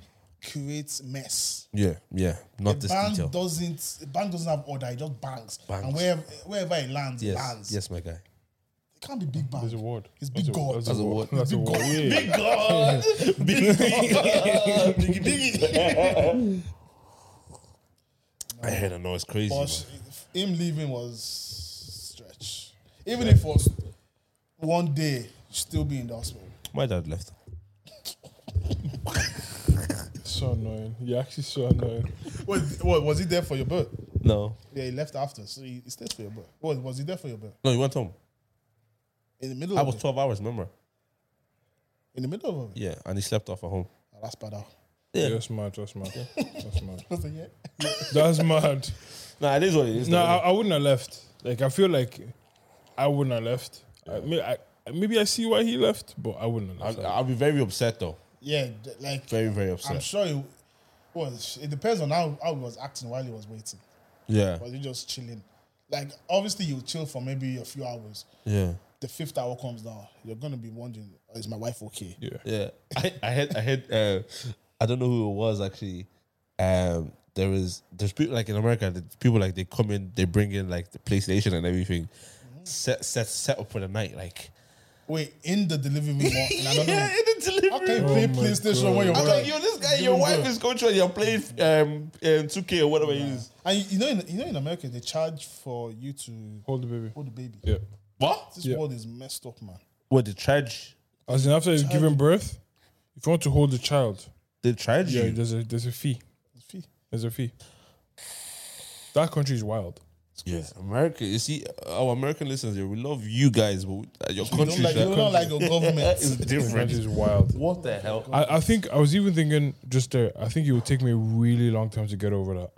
C: creates mess.
B: Yeah, yeah. Not
C: A
B: this
C: bang
B: detail.
C: doesn't, a bang doesn't have order, it just bangs.
B: Bangs.
C: And wherever, wherever it lands, it
B: Yes,
C: lands.
B: yes,
A: [LAUGHS]
B: my guy.
C: It can't be big bang.
A: There's a word.
C: It's big
A: a-
C: God.
A: That's a word. That's a word. Yeah.
B: Big God, big God, big big. I heard a noise crazy.
C: But
B: man.
C: sh- him leaving was stretch. Even if it was one day, still be in the hospital.
B: My dad left.
A: So annoying. You're actually so annoying.
C: Wait, what, was he there for your birth?
B: No,
C: Yeah, he left after, so he, he stayed for your birth. What, was he there for your birth?
B: no, he went home.
C: In the middle
B: I
C: of
B: was
C: it?
B: twelve hours. Remember?
C: In the middle of it?
B: Yeah, and he slept off at home.
C: Oh, that's bad. out.
A: Yeah, That's mad. That's mad. That's mad.
C: I was like, [LAUGHS] yeah.
A: That's mad.
B: Nah, it is what it is.
A: No,
B: though.
A: I, I wouldn't have left. Like I feel like I wouldn't have left. I, may- I, maybe I see why he left, but I wouldn't have left.
B: I'll, I'll be very upset though.
C: Yeah, th- like,
B: Very, very
C: I'm
B: upset.
C: sure he, Well, it depends on how, how he was acting while he was waiting.
B: Yeah.
C: Was he just chilling? Like, obviously, you chill for maybe a few hours.
B: Yeah.
C: The fifth hour comes down. You're going to be wondering, is my wife okay?
A: Yeah.
B: Yeah. [LAUGHS] I, I had I had uh, I don't know who it was actually. Um there is there's people like in America, the people like they come in, they bring in like the PlayStation and everything. Set set set up for the night, like
C: Wait, in the delivery room or
B: [LAUGHS]
C: in another room?
B: in the delivery.
C: How can you play PlayStation when you're
B: I'm
C: working?
B: like, yo, this guy, your wife is going through and you're playing um, um 2K or whatever it is.
C: And you, you know, in, you know, in America, they charge for you to
A: Hold the baby.
C: hold the baby.
A: Yeah.
B: What?
C: This
A: Yeah.
C: world is messed up, man.
B: What the charge?
A: As in after you've given birth, if you want to hold the child,
B: They charge
A: yeah,
B: you.
A: there's a there's a fee.
C: Fee.
A: There's a fee. That country is wild.
B: Yeah, America. You see, our American listeners, here, we love you guys, but we- uh, your
C: You
B: country
C: don't like, you don't like your
B: [LAUGHS]
C: government.
B: is
A: The country
B: different.
A: is wild.
B: What the hell?
A: I, I think I was even thinking just there. I think it would take me a really long time to get over that.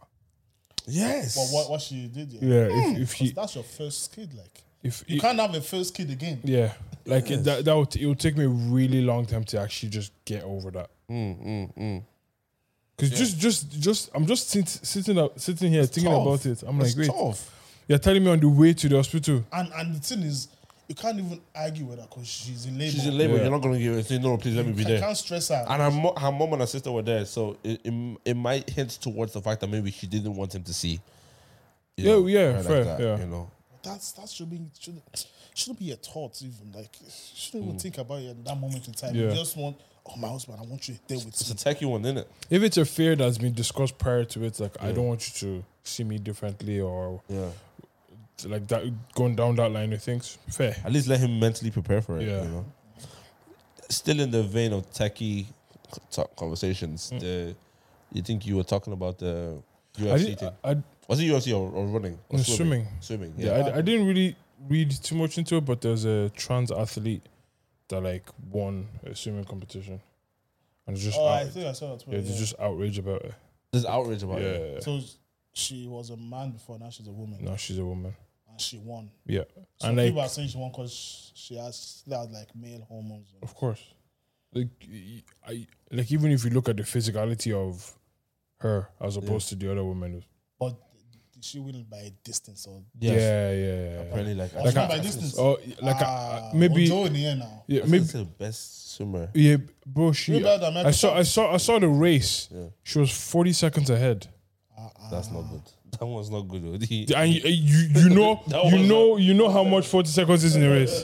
B: Yes.
C: But what, what she did, yeah.
A: Yeah, if if you
C: 'Cause That's your first kid, like.
A: if
C: You
A: it-
C: can't have a first kid again.
A: yeah, like it, that that would it would take me a really long time to actually just get over that. mm, Because just just just I'm just sit, sitting up sitting here thinking
B: tough.
A: about it. I'm
B: It's
A: like, wait,
B: tough.
A: you're telling me on the way to the hospital.
C: And and the thing is, you can't even argue with her because she's in labor.
B: She's in labor.
A: Yeah.
B: You're not gonna give her. Say no, please let me be
C: You
B: there.
C: can't stress her.
B: And her, mo- her mom and her sister were there, so it, it, it might hint towards the fact that maybe she didn't want him to see. you
A: Yeah, yeah,
B: her like
A: fair,
B: that,
A: yeah.
B: You know,
C: That's that should be should should be a thought even like you shouldn't even think about it at that moment in time.
A: Mm. Yeah.
C: You just want oh my husband, I want you there with
B: it's a
C: me.
B: techie one, isn't it?
A: If it's a fear that's been discussed prior to it, like I don't want you to see me differently or
B: Yeah.
A: like that going down that line of things. Fair.
B: At least let him mentally prepare for it.
A: Yeah.
B: You know? Still in the vein of techie co- talk conversations, the you think you were talking about the
A: Mm. I,
B: UFC
A: did,
B: thing?
A: I, I-
B: Was it UFC or, or running? Or
A: No,
B: swimming. Swimming.
A: yeah,
B: Yeah.
A: I, I didn't really read too much into it, but there's a trans athlete that like won a swimming competition, and it's just
C: Oh, I
A: out,
C: think I saw that.
A: yeah,
C: Yeah,
A: there's just outrage about it.
B: There's outrage about it.
A: Yeah,
C: So she was a man before, now she's a woman,
A: now she's a woman.
C: and she won.
A: Yeah,
C: So
A: and
C: people
A: like
C: are saying she won because she has that was like male hormones.
A: of course, like y- I like even if you look at the physicality of her as opposed to the other woman,
C: But did she win by a distance or
B: Yes.
A: yeah, yeah, yeah.
B: Apparently, like,
C: Like
A: Like
C: by
A: I-
C: distance?
A: Oh, like
C: Ah,
A: I, maybe,
C: Ojo in the air now.
A: yeah,
B: maybe
A: maybe
B: the best swimmer.
A: Yeah, bro. She.
C: Remember the
A: I saw.
C: American-
A: I saw. I saw the race.
B: Yeah.
A: She was forty seconds ahead,
B: That's not good. [LAUGHS] That one's not good. though.
A: and you you, you know
B: That
A: you
B: was
A: know you know how much forty seconds is in the race.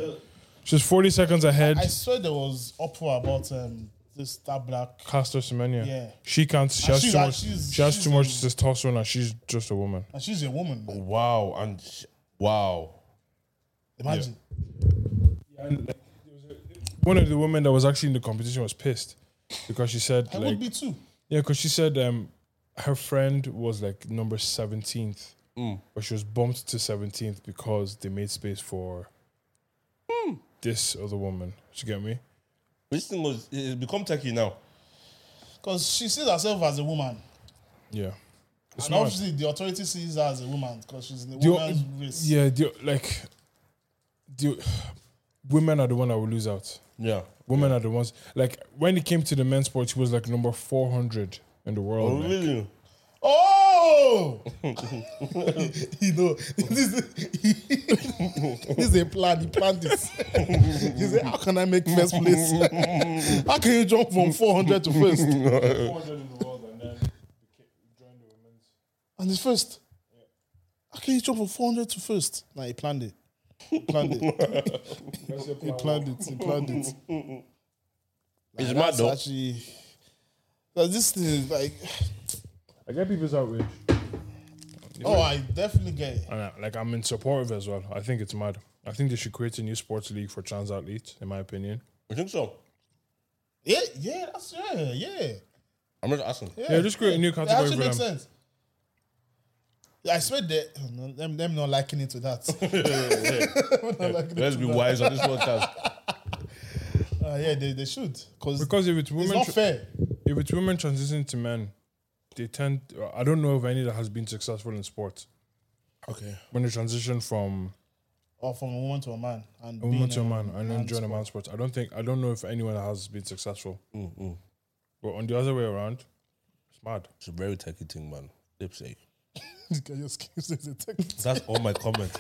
A: She was forty seconds ahead.
C: I swear there was uproar about um this that black
A: Castor Semenya.
C: Yeah.
A: She can't. She
C: And
A: has
C: she's
A: too
C: like-
A: much.
C: she's-
A: she has
C: she's
A: too much testosterone, and she's just a woman.
C: and she's a woman. man.
B: wow. And sh- wow.
C: Imagine.
A: One of the women that was actually in the competition was pissed because she said
C: I
A: like
C: would be too.
A: yeah, because she said um her friend was like number seventeenth, but she was bumped to seventeenth because they made space for this other woman. Do you get me?
B: This thing was it's become techie now.
C: Because she sees herself as a woman.
A: Yeah. It's
C: and
A: mad.
C: obviously, the authority sees her as a woman because she's in a
A: The-
C: woman's race.
A: yeah, the, like the women are the one that will lose out.
B: Yeah.
A: Women are the ones like when it came to the men's sport, she was like number four hundred in the world.
B: Oh,
A: man.
B: really?
C: Oh! you know, this, [LAUGHS] this is a plan. He planned this. [LAUGHS] he said, How can I make first place? [LAUGHS] How can you jump from 400 to first? And it's first. How can you jump from 400 to first? Nah, he planned it. He planned it. he planned it. He planned it.
B: It's
C: Like,
B: mad
C: that's
B: though.
C: Actually, like, this thing is like,
A: I get people's outrage.
C: oh, I definitely get it.
A: And I, like I'm in support of it as well. I think it's mad. I think they should create a new sports league for trans athletes, in my opinion.
B: You think so?
C: Yeah, yeah, that's yeah, yeah.
B: I'm just asking.
A: Yeah, just create a new
C: It
A: category
C: actually
A: for them.
C: makes sense. Yeah, I swear that oh, no, them, them not liking it
A: [LAUGHS]
C: to that. [LAUGHS] Not liking it
B: Let's
C: to
B: be
C: that.
B: wise [LAUGHS] on this podcast.
C: Uh, yeah, they, they should because it's
A: Because if it's women,
C: not
A: tra-
C: fair.
A: if it's women transitioning to men, they tend. I don't know of any that has been successful in sports
C: Okay.
A: when they transition from
C: Or Oh, from a woman to a man and
A: a woman
C: being
A: to a man and then
C: man's [LAUGHS]
A: join a man's sports. I don't think. I don't know if anyone has been successful. But on the other way around, It's mad.
B: It's a very techie thing, man. Lipsy.
C: This guy just keeps saying it's
A: [LAUGHS]
C: a tech.
B: That's all my comment.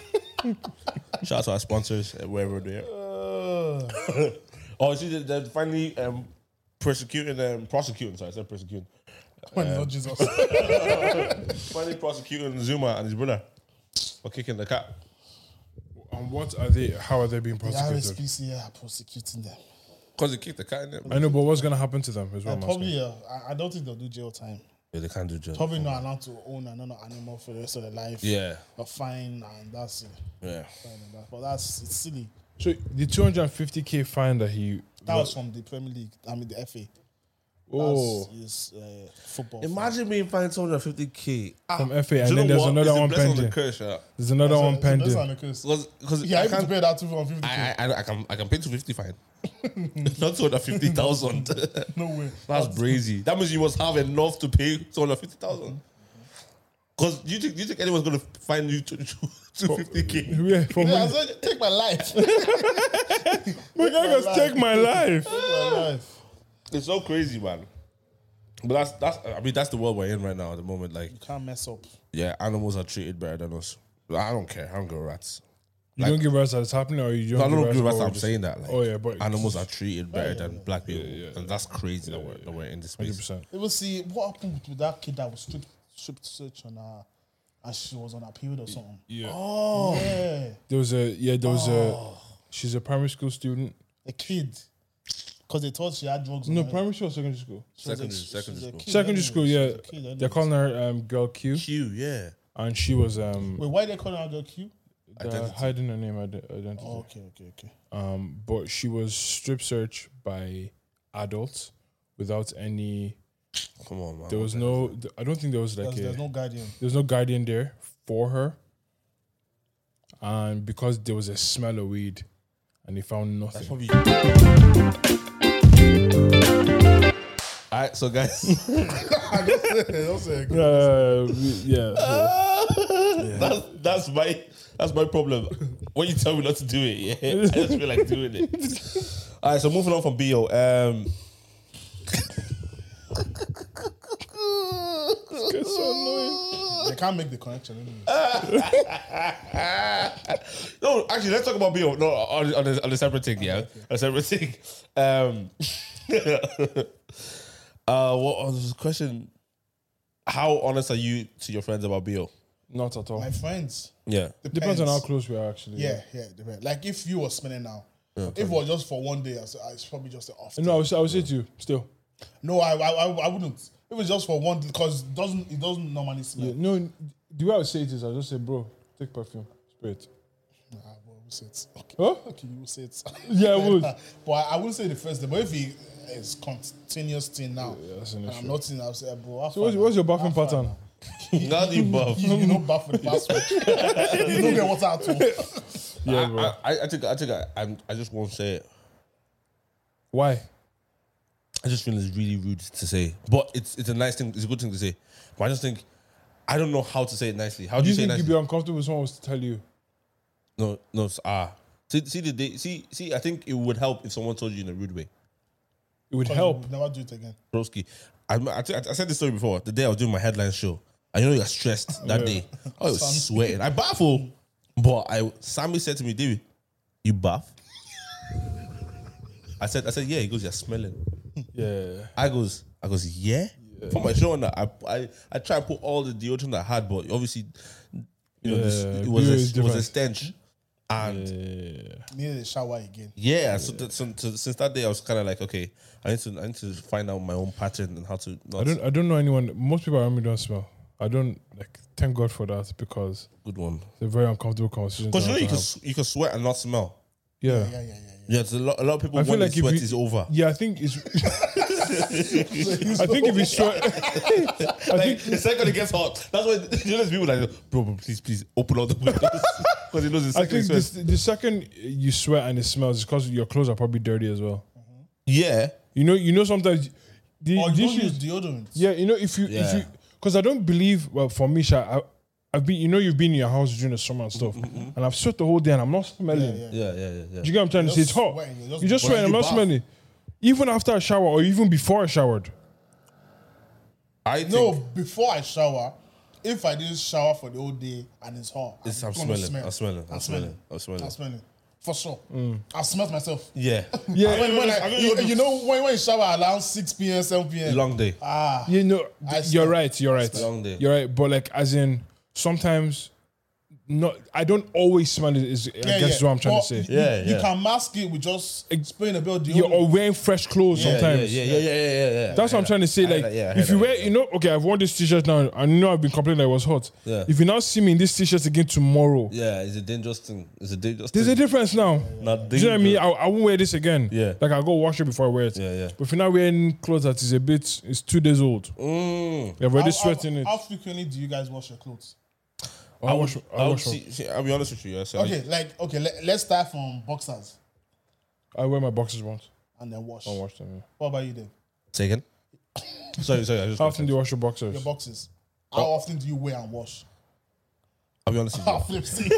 B: [LAUGHS] Shout out to our sponsors uh, wherever they are.
C: Uh,
B: Oh, you see, they're- they're finally um, persecuting, um, prosecuting. Sorry, I said persecuting.
C: when
A: [LAUGHS]
C: Lord Jesus.
B: Finally prosecuting Zuma and his brother for kicking the cat.
A: And what are they? How are they being
C: The
A: prosecuted?
C: RSPCA are prosecuting them.
B: Because he kicked the cat in there.
A: I know, but what's gonna happen to them as well?
C: And probably, uh, I, I don't think they'll do jail time.
B: Yeah, they can't do jail.
C: Probably not allowed to own another animal for the rest of their life.
B: Yeah.
C: But fine, and that's it.
B: Yeah.
C: Fine and that- But that's it's silly.
A: So the 250k fine that he
C: That was from the Premier League. I mean, the FA.
A: oh
C: That's his uh, football.
B: Imagine being fined 250k. Ah,
A: from FA,
B: do
A: and
B: you
A: then
B: know
A: there's
B: what?
A: another
B: It's a
A: one
B: blessing and a
A: pending.
B: curse, yeah.
A: There's another one pending.
C: Because
B: Because because
C: yeah,
B: I
C: I can
B: can't.
C: pay that two hundred and fifty.
B: I, I, I, I can I can pay two fifty fine, [LAUGHS] not two hundred fifty
A: [LAUGHS]
B: thousand.
C: No way.
B: [LAUGHS] That's crazy. That means you must have enough to pay two hundred fifty
A: Mm-hmm.
B: thousand. Because you think you think anyone's gonna find you [LAUGHS] two two fifty k?
A: Yeah, from
C: Yeah, I
A: when-
C: said, take
B: [LAUGHS]
C: my life. Take
A: my guy goes
C: life.
A: take my life.
C: my life.
B: It's so crazy, man. But that's that's I mean that's the world we're in right now at the moment. Like
C: You can't mess up.
B: yeah, animals are treated better than us. I don't care. I don't go rats.
A: You don't give us that's happening, or you
B: I
A: don't.
B: don't
A: give
B: agree
A: us
B: with
A: what
B: that. I'm
A: we
B: saying that. Like,
A: Oh, yeah, but-
B: animals are treated better than black people, and that's crazy that, we're, that we're in this
A: just-
B: space.
A: 100%.
C: They will see what happened with that kid that was stripped, stripped search on her as she was on her period or something.
A: Yeah.
C: Oh,
B: Mm.
C: yeah.
A: There was a yeah. There was a. She's a primary school student.
C: A kid. Because they thought she had drugs.
A: No,
C: on her.
A: primary school, or secondary school,
C: She was a-
B: Secondary-
C: she was
B: secondary
C: a
B: school.
C: kid
A: secondary
C: anyway.
A: school.
C: She
A: Yeah,
C: was a kid anyway.
A: they're calling her um, girl Q,
B: Q, yeah.
A: and she was um
C: Wait, why they calling her girl Q?
A: they're hiding her name ide- identity.
C: Oh, okay, okay, okay.
A: Um, but she was strip searched by adults without any.
B: Come on, man.
A: There was no. th- I don't think there was like
C: There's,
A: a.
C: there's no guardian.
A: there's no guardian there for her. And because there was a smell of weed, and they found nothing.
B: All right, so guys, [LAUGHS]
A: Uh, we- yeah, [LAUGHS]
C: [LAUGHS]
A: yeah.
B: that's, that's my that's my problem. When you tell me not to do it, yeah, [LAUGHS] I just feel like
A: [LAUGHS]
B: doing it. All right, so moving on from Bo. Um,
A: It's so annoying.
C: They can't make the connection. Anyway.
A: Eh.
B: [LAUGHS] no, actually, let's talk about Bo. No, on, on, a, on a separate thing, yeah, on a separate thing. Um, [LAUGHS] uh, what was the question? How honest are you to your friends about Bo?
A: Not at all.
C: My friends.
B: Yeah,
A: Depends on how close we are, actually.
C: Yeah, yeah. Depends. Like if you were smelling now, if it was just for one day, I say, "Ah, it's probably just an off.
A: No, I would, say- I would say to you still.
C: No, I, I, I, I wouldn't. If it was just for one, because it doesn't, it doesn't normally smell.
A: Yeah, no, the way I would say it is, I would just say, bro, take perfume, spray it.
C: Nah, but we'll Ah, say it's okay.
A: Huh?
C: Okay, you will say it's.
A: [LAUGHS] Yeah, I would.
C: [LAUGHS] but I, I wouldn't say the first day. But if he is continuous thing now,
A: that's an
C: and
A: issue.
C: I'm not in. I'll say, "Ah, bro.
A: So what's, what's your bathroom pattern?
B: [LAUGHS] not the above.
C: You, you know, bath with password. [LAUGHS] you don't get water at all.
A: [LAUGHS] Yeah, bro.
B: I, I, I think I think I, I'm, I just won't say it.
A: Why?
B: I just feel it's really rude to say, but it's it's a nice thing. It's a good thing to say, but I just think I don't know how to say it nicely. How do
A: Do
B: you,
A: you
B: say it
A: think you'd
B: nicely?
A: be uncomfortable if someone was to tell you?
B: no, no, it's, ah. See, see the day. See, see. I think it would help if someone told you in a rude way,
A: It would help.
C: We'll Never do it again.
B: broski. I, I, think- I said this story before. The day I was doing my headline show, I know you're stressed that day. I was sweating. I baffled, but I Sammy said to me, "David, you bath." I said, I said, yeah. He goes, you're smelling.
A: Yeah.
B: I goes, I goes, yeah. Put my show on that. I, I I try to put all the deodorant I had, but obviously, you know, this,
A: Yeah,
B: it was
A: beer is
B: a, it was a
A: different.
B: stench, and yeah.
C: Needed a shower again.
B: so, that, so, so since that day, I was kind of like, okay, I need to I need to find out my own pattern and how to. Not
A: I don't. I don't know anyone. Most people around me don't smell. I don't like. Thank God for that because
B: good one
A: it's a very uncomfortable conversation.
B: because
A: to
B: you know
A: have to
B: you can
A: have.
B: s- you can sweat and not smell.
A: Yeah.
C: Yeah, yeah, yeah.
B: Yeah, it's a lot. A lot of people
A: I
B: when
A: feel
B: they
A: like if
B: sweat
A: you- [LAUGHS]
B: is over.
A: Yeah, I think it's.
B: [LAUGHS]
A: I think if it's short, I
B: Like,
A: think
B: the second it gets hot, that's why [LAUGHS] you know there's people like, bro, bro, please, please open all the windows [LAUGHS] because he knows the
A: I
B: second. he
A: think
B: sweats.
A: this, the second you sweat and it smells, it's because your clothes are probably dirty as well.
B: yeah,
A: You know, you know sometimes. The,
C: Or
A: the
C: you don't
A: issue
C: use
A: is-
C: deodorant.
A: yeah, you know if you if
B: Yeah.
A: you because I don't believe. Well, for me, Sha, I, I've been. You know, you've been in your house during the summer and stuff,
B: Mm-hmm,
A: and I've sweat the whole day and I'm not smelling.
C: yeah.
B: yeah, yeah, yeah. yeah.
A: Do you get what I'm trying to say? It's hot.
C: sweating, you're just
A: you just sweating. I'm
B: burning
A: not
B: the bath.
A: smelling. Even after I shower or even before I showered.
B: I think
C: No, before I shower, if I didn't shower for the whole day and it's hot,
B: It's- I'm
C: gonna
B: smelling, I'm smelling, I'm smelling, I'm smelling.
C: I'm smelling. For sure. I've smelled myself.
B: yeah,
A: [LAUGHS] Yeah,
C: When, when
B: I
C: I,
B: mean,
C: you,
B: you-
C: you know, when, when you shower around 6 p.m., 7
B: [LAUGHS]
C: p.m.,
B: long day.
C: ah,
A: you know,
C: I
A: th-
C: smell-
A: you're right. You're right.
B: smell. Long day.
A: You're right. But like, as in, sometimes, not. I don't always smell it. Is I
C: yeah,
A: guess
C: yeah.
A: what I'm trying
C: But
A: to say.
C: You,
B: Yeah,
C: you
B: yeah.
C: can mask it with just spraying a bit of
A: You're
C: deodorant.
A: or wearing fresh clothes
B: Yeah,
A: sometimes.
B: yeah, yeah, yeah, yeah, yeah, yeah.
A: That's what I'm trying to say.
B: I hear
A: Like,
B: that, yeah, I hear
A: if you
B: that,
A: wear,
B: yeah.
A: you know, okay, I've worn this t-shirt now. I know I've been complaining that it was hot.
B: Yeah.
A: If you now see me in this t-shirt again tomorrow,
B: Yeah, it's a dangerous thing. It's a dangerous
A: there's a
B: thing.
A: difference now.
B: Not
A: Do you know what I mean?
B: dangerous.
A: I, I won't wear this again.
B: Yeah.
A: Like I go wash it before I wear it.
B: Yeah, yeah.
A: But if you're not wearing clothes that is a bit, it's two days old.
B: Mm.
A: You're already
C: How- how-
A: sweating it.
C: How frequently do you guys wash your clothes?
A: I wash. I
B: I would
A: wash.
B: see, see, I'll be honest with you. I said,
C: Okay, like, okay, let, let's start from boxers
A: I wear my boxers once.
C: and then wash.
A: I wash them. yeah.
C: What about you then?
B: Say again. sorry, sorry. I just.
A: How often do you wash your boxers?
C: Your boxes. How often do you wear and wash?
B: I'll be honest with you.
C: Ah, flip see.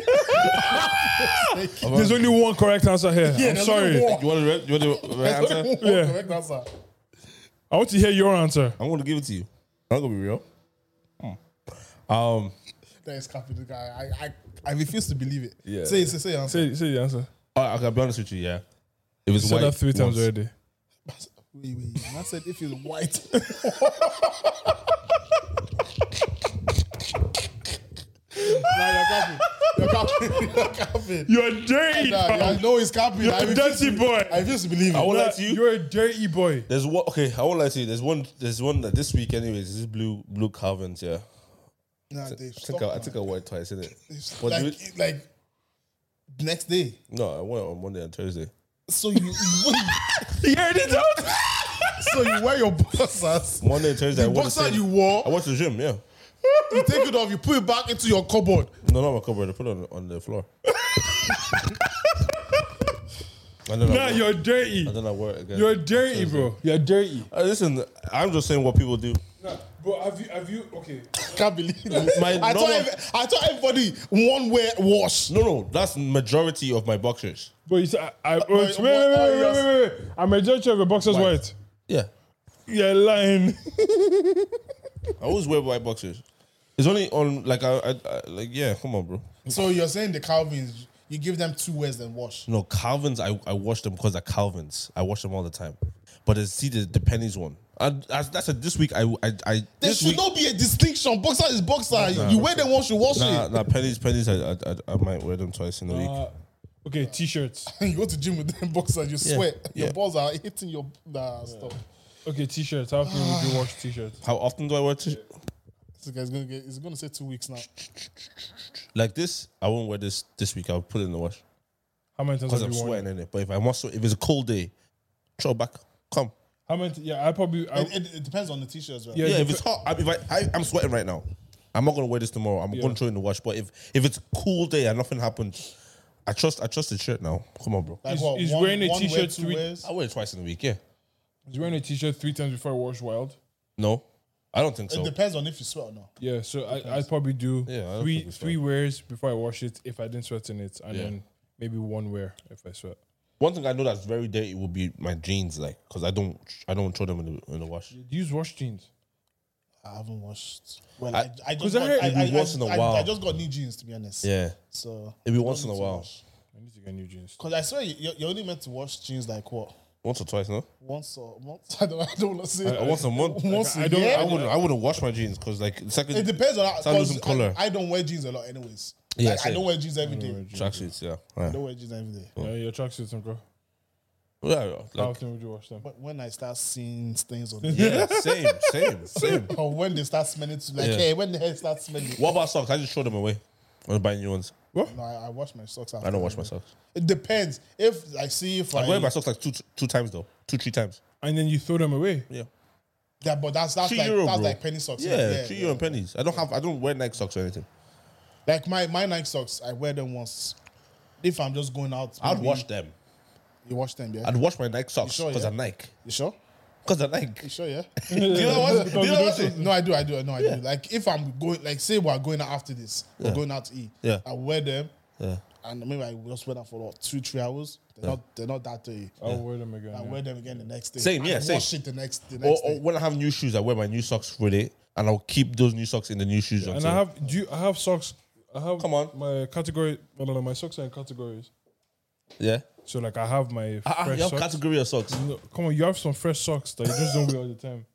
A: There's only one correct answer here. I'm
C: there's
A: sorry.
C: only one.
B: You want to? You want to answer?
C: [LAUGHS]
A: Yeah.
C: Correct answer.
A: I want to hear your answer.
B: I'm gonna give it to you. I'm not gonna be real. Um,
C: That is capping the guy. I, I, I refuse to believe it.
B: Yeah.
C: Say, say, say your answer.
A: Say, say the answer.
B: I, I can be honest with you. Yeah, it was
A: Said
B: white
A: that three times
B: once.
A: already.
C: Wait, wait. Man said if you're white. [LAUGHS] nah, you're capping. You're capping. You're capping.
A: You're dirty.
C: Nah,
A: pal.
C: yeah, no, it's capping.
A: You're
C: I
A: a
C: refuse
A: dirty
C: to-
A: boy.
C: I refuse to believe
B: I
C: it.
B: won't
A: Nah,
B: lie to you.
A: You're a dirty boy.
B: There's one. Okay, I won't lie to you. There's one. There's one that this week, anyways. This blue blue Calvin's. Yeah,
C: Nah, Dave,
B: I took
C: stop,
B: a, I
C: man.
B: took a white twice, innit?
C: It's
B: But
C: like,
B: do
C: it- like next day.
B: No, I went on Monday and Thursday.
C: So you, you [LAUGHS]
A: He already told.
C: so you wear your boxers.
B: Monday and Thursday. I
C: The
B: went to
C: boxer
B: gym.
C: you wore,
B: I went to the gym. Yeah.
C: you take it off, you put it back into your cupboard.
B: No, not my cupboard. I put it on on the floor. and then I
A: Nah,
B: wore-
A: you're dirty.
B: and then I wear it again.
A: You're dirty, bro. You're dirty.
B: Uh, listen, I'm just saying what people do.
A: Nah, but have you? Have you? Okay.
C: Can't believe it.
B: My
C: I, thought
B: normal-
C: ev- I thought everybody one way wash.
B: No, no, that's majority of my boxers.
A: But you said, I, I, wait, wait,
C: but-
A: wait,
C: but-
A: wait, wait, wait, wait. I'm a judge of a boxer's white.
B: Yeah,
A: You're lying.
B: I always wear white boxers. It's only on like I, I, I like yeah. Come on, bro.
C: So you're saying the Calvins, you give them two wears then wash.
B: No Calvin's. I I wash them because they're Calvin's. I wash them all the time. But it's, see the the pennies one. And as that's a, this week I I, I
C: There
B: this
C: should
B: week,
C: not be a distinction. Boxer is boxer. you wear them once, you wash
B: Nah,
C: it. [LAUGHS]
B: nah, pennies, pennies. I, I, I, I might wear them twice in a week.
A: [LAUGHS] Uh, okay, t-shirts.
C: you go to gym with them boxers, you
B: Yeah,
C: sweat. Your
B: yeah.
C: balls are hitting your nah stop.
A: Okay, t-shirts. How often would you wash t-shirts?
B: How often do I wear t-
C: This guy's gonna get. He's gonna say two weeks now.
B: like this? I won't wear this this week. I'll put it in the wash
A: How many times
B: because
A: have
B: I'm
A: you worn?
B: sweating
A: it?
B: in it. But if I must, if it's a cold day, throw it back. Come.
A: How many? t- yeah, I probably. I,
C: It, it, it depends on the t-shirt as well.
A: Yeah.
B: Yeah, if it's hot, I, if I, I I'm sweating right now. I'm not gonna wear this tomorrow. I'm gonna throw it in the wash. But if if it's a cool day and nothing happened, I trust I trust the shirt now. Come on, bro.
C: Like
A: He's-
C: what,
A: he's wearing a
C: one wear,
A: t-shirt
C: two
A: three-
C: wears?
B: I wear it twice in a week. Yeah.
A: was you wearing a t-shirt three times before I wash wild?
B: No, I don't think
C: It
B: so.
C: depends on if you sweat or not.
A: Yeah, so I, I'd probably do
B: Yeah, I don't
A: three
B: think it's
A: three wears before I wash it if I didn't sweat in it, and
B: Yeah.
A: then maybe one wear if I sweat.
B: One thing I know that's very dirty would be my jeans, like because I don't I don't throw them in the in the wash.
A: Do you use wash jeans?
C: I haven't washed. Well,
B: I-
C: I, I, just
A: 'Cause I
C: got,
A: heard
C: I,
A: it'd
B: be
C: I,
B: once in a
C: I- I-
B: while.
C: I just got new jeans to be honest.
B: Yeah,
C: So
B: Maybe once in a while.
A: I need to get new jeans.
C: Because I swear you, you're- you're only meant to wash jeans like what
B: once or twice. No,
C: once or once. [LAUGHS] I don't. I don't want to say.
B: Uh, once a month.
C: Once
B: I
C: a
B: don't.
C: year?
B: I wouldn't. I wouldn't wash my jeans because like second
C: it depends on how.
B: Start losing
C: 'cause
B: colour.
C: I, I don't wear jeans a lot, anyways.
B: Yeah,
C: Like, I
B: same.
C: don't wear jeans every day.
B: tracksuits. Yeah.
C: I
B: Yeah.
C: don't wear jeans every day.
A: Yeah, your tracksuits, and bro.
B: yeah
A: How
B: like,
A: often would you wash them?
C: But when I start seeing
B: [LAUGHS]
C: stains on, the [LAUGHS]
B: yeah. Same. Same. Same.
C: or when they start smelling, to, like
B: Yeah.
C: hey, when the hair starts smelling.
B: What about socks? I just throw them away. I'm buying new ones.
C: No, I, I wash my socks. After
B: I don't wash my socks.
C: It depends. If I see if I,
B: I wear my socks like two, two times though, two, three times.
A: And then you throw them away.
B: Yeah,
C: yeah, but that's that's
B: Three
C: like
B: euro,
C: that's
B: bro.
C: like penny socks.
B: yeah, three euro and pennies. I don't have, I don't wear Nike socks or anything.
C: Like my my Nike socks, I wear them once. If I'm just going out,
B: I'd
C: maybe-
B: wash them.
C: You wash them, yeah.
B: I'd wash my Nike socks
C: sure,
B: because
C: yeah?
B: I'm Nike.
C: you sure?
B: Because I'm Nike. [LAUGHS]
C: You sure? Yeah.
B: Do you know what? Do you know what?
C: no, I do. I do. No, I do. Like if I'm going, like say we're going out after this, we're going out to eat.
B: Yeah.
C: I wear them,
B: Yeah.
C: and maybe I just wear them for what two, three hours. They're not. They're not that dirty.
A: I'll wear them again. yeah.
C: I wear them again the next day.
B: Oh. Same, Oh, yeah,
C: And
B: same.
C: Wash it the next. The
B: Or,
C: next
B: or
C: day.
B: when I have new shoes, I wear my new socks with it. and I'll keep those new socks in the new shoes.
A: And
B: until-
A: I have do you, I have socks. I have
B: Come on.
A: my category. No, no, no, my socks are in categories.
B: yeah.
A: So like I have my
B: Ah, ah,
A: fresh
B: you have
A: socks.
B: category of socks. Oh,
A: No, come on, you have some fresh socks that you just don't wear all the time.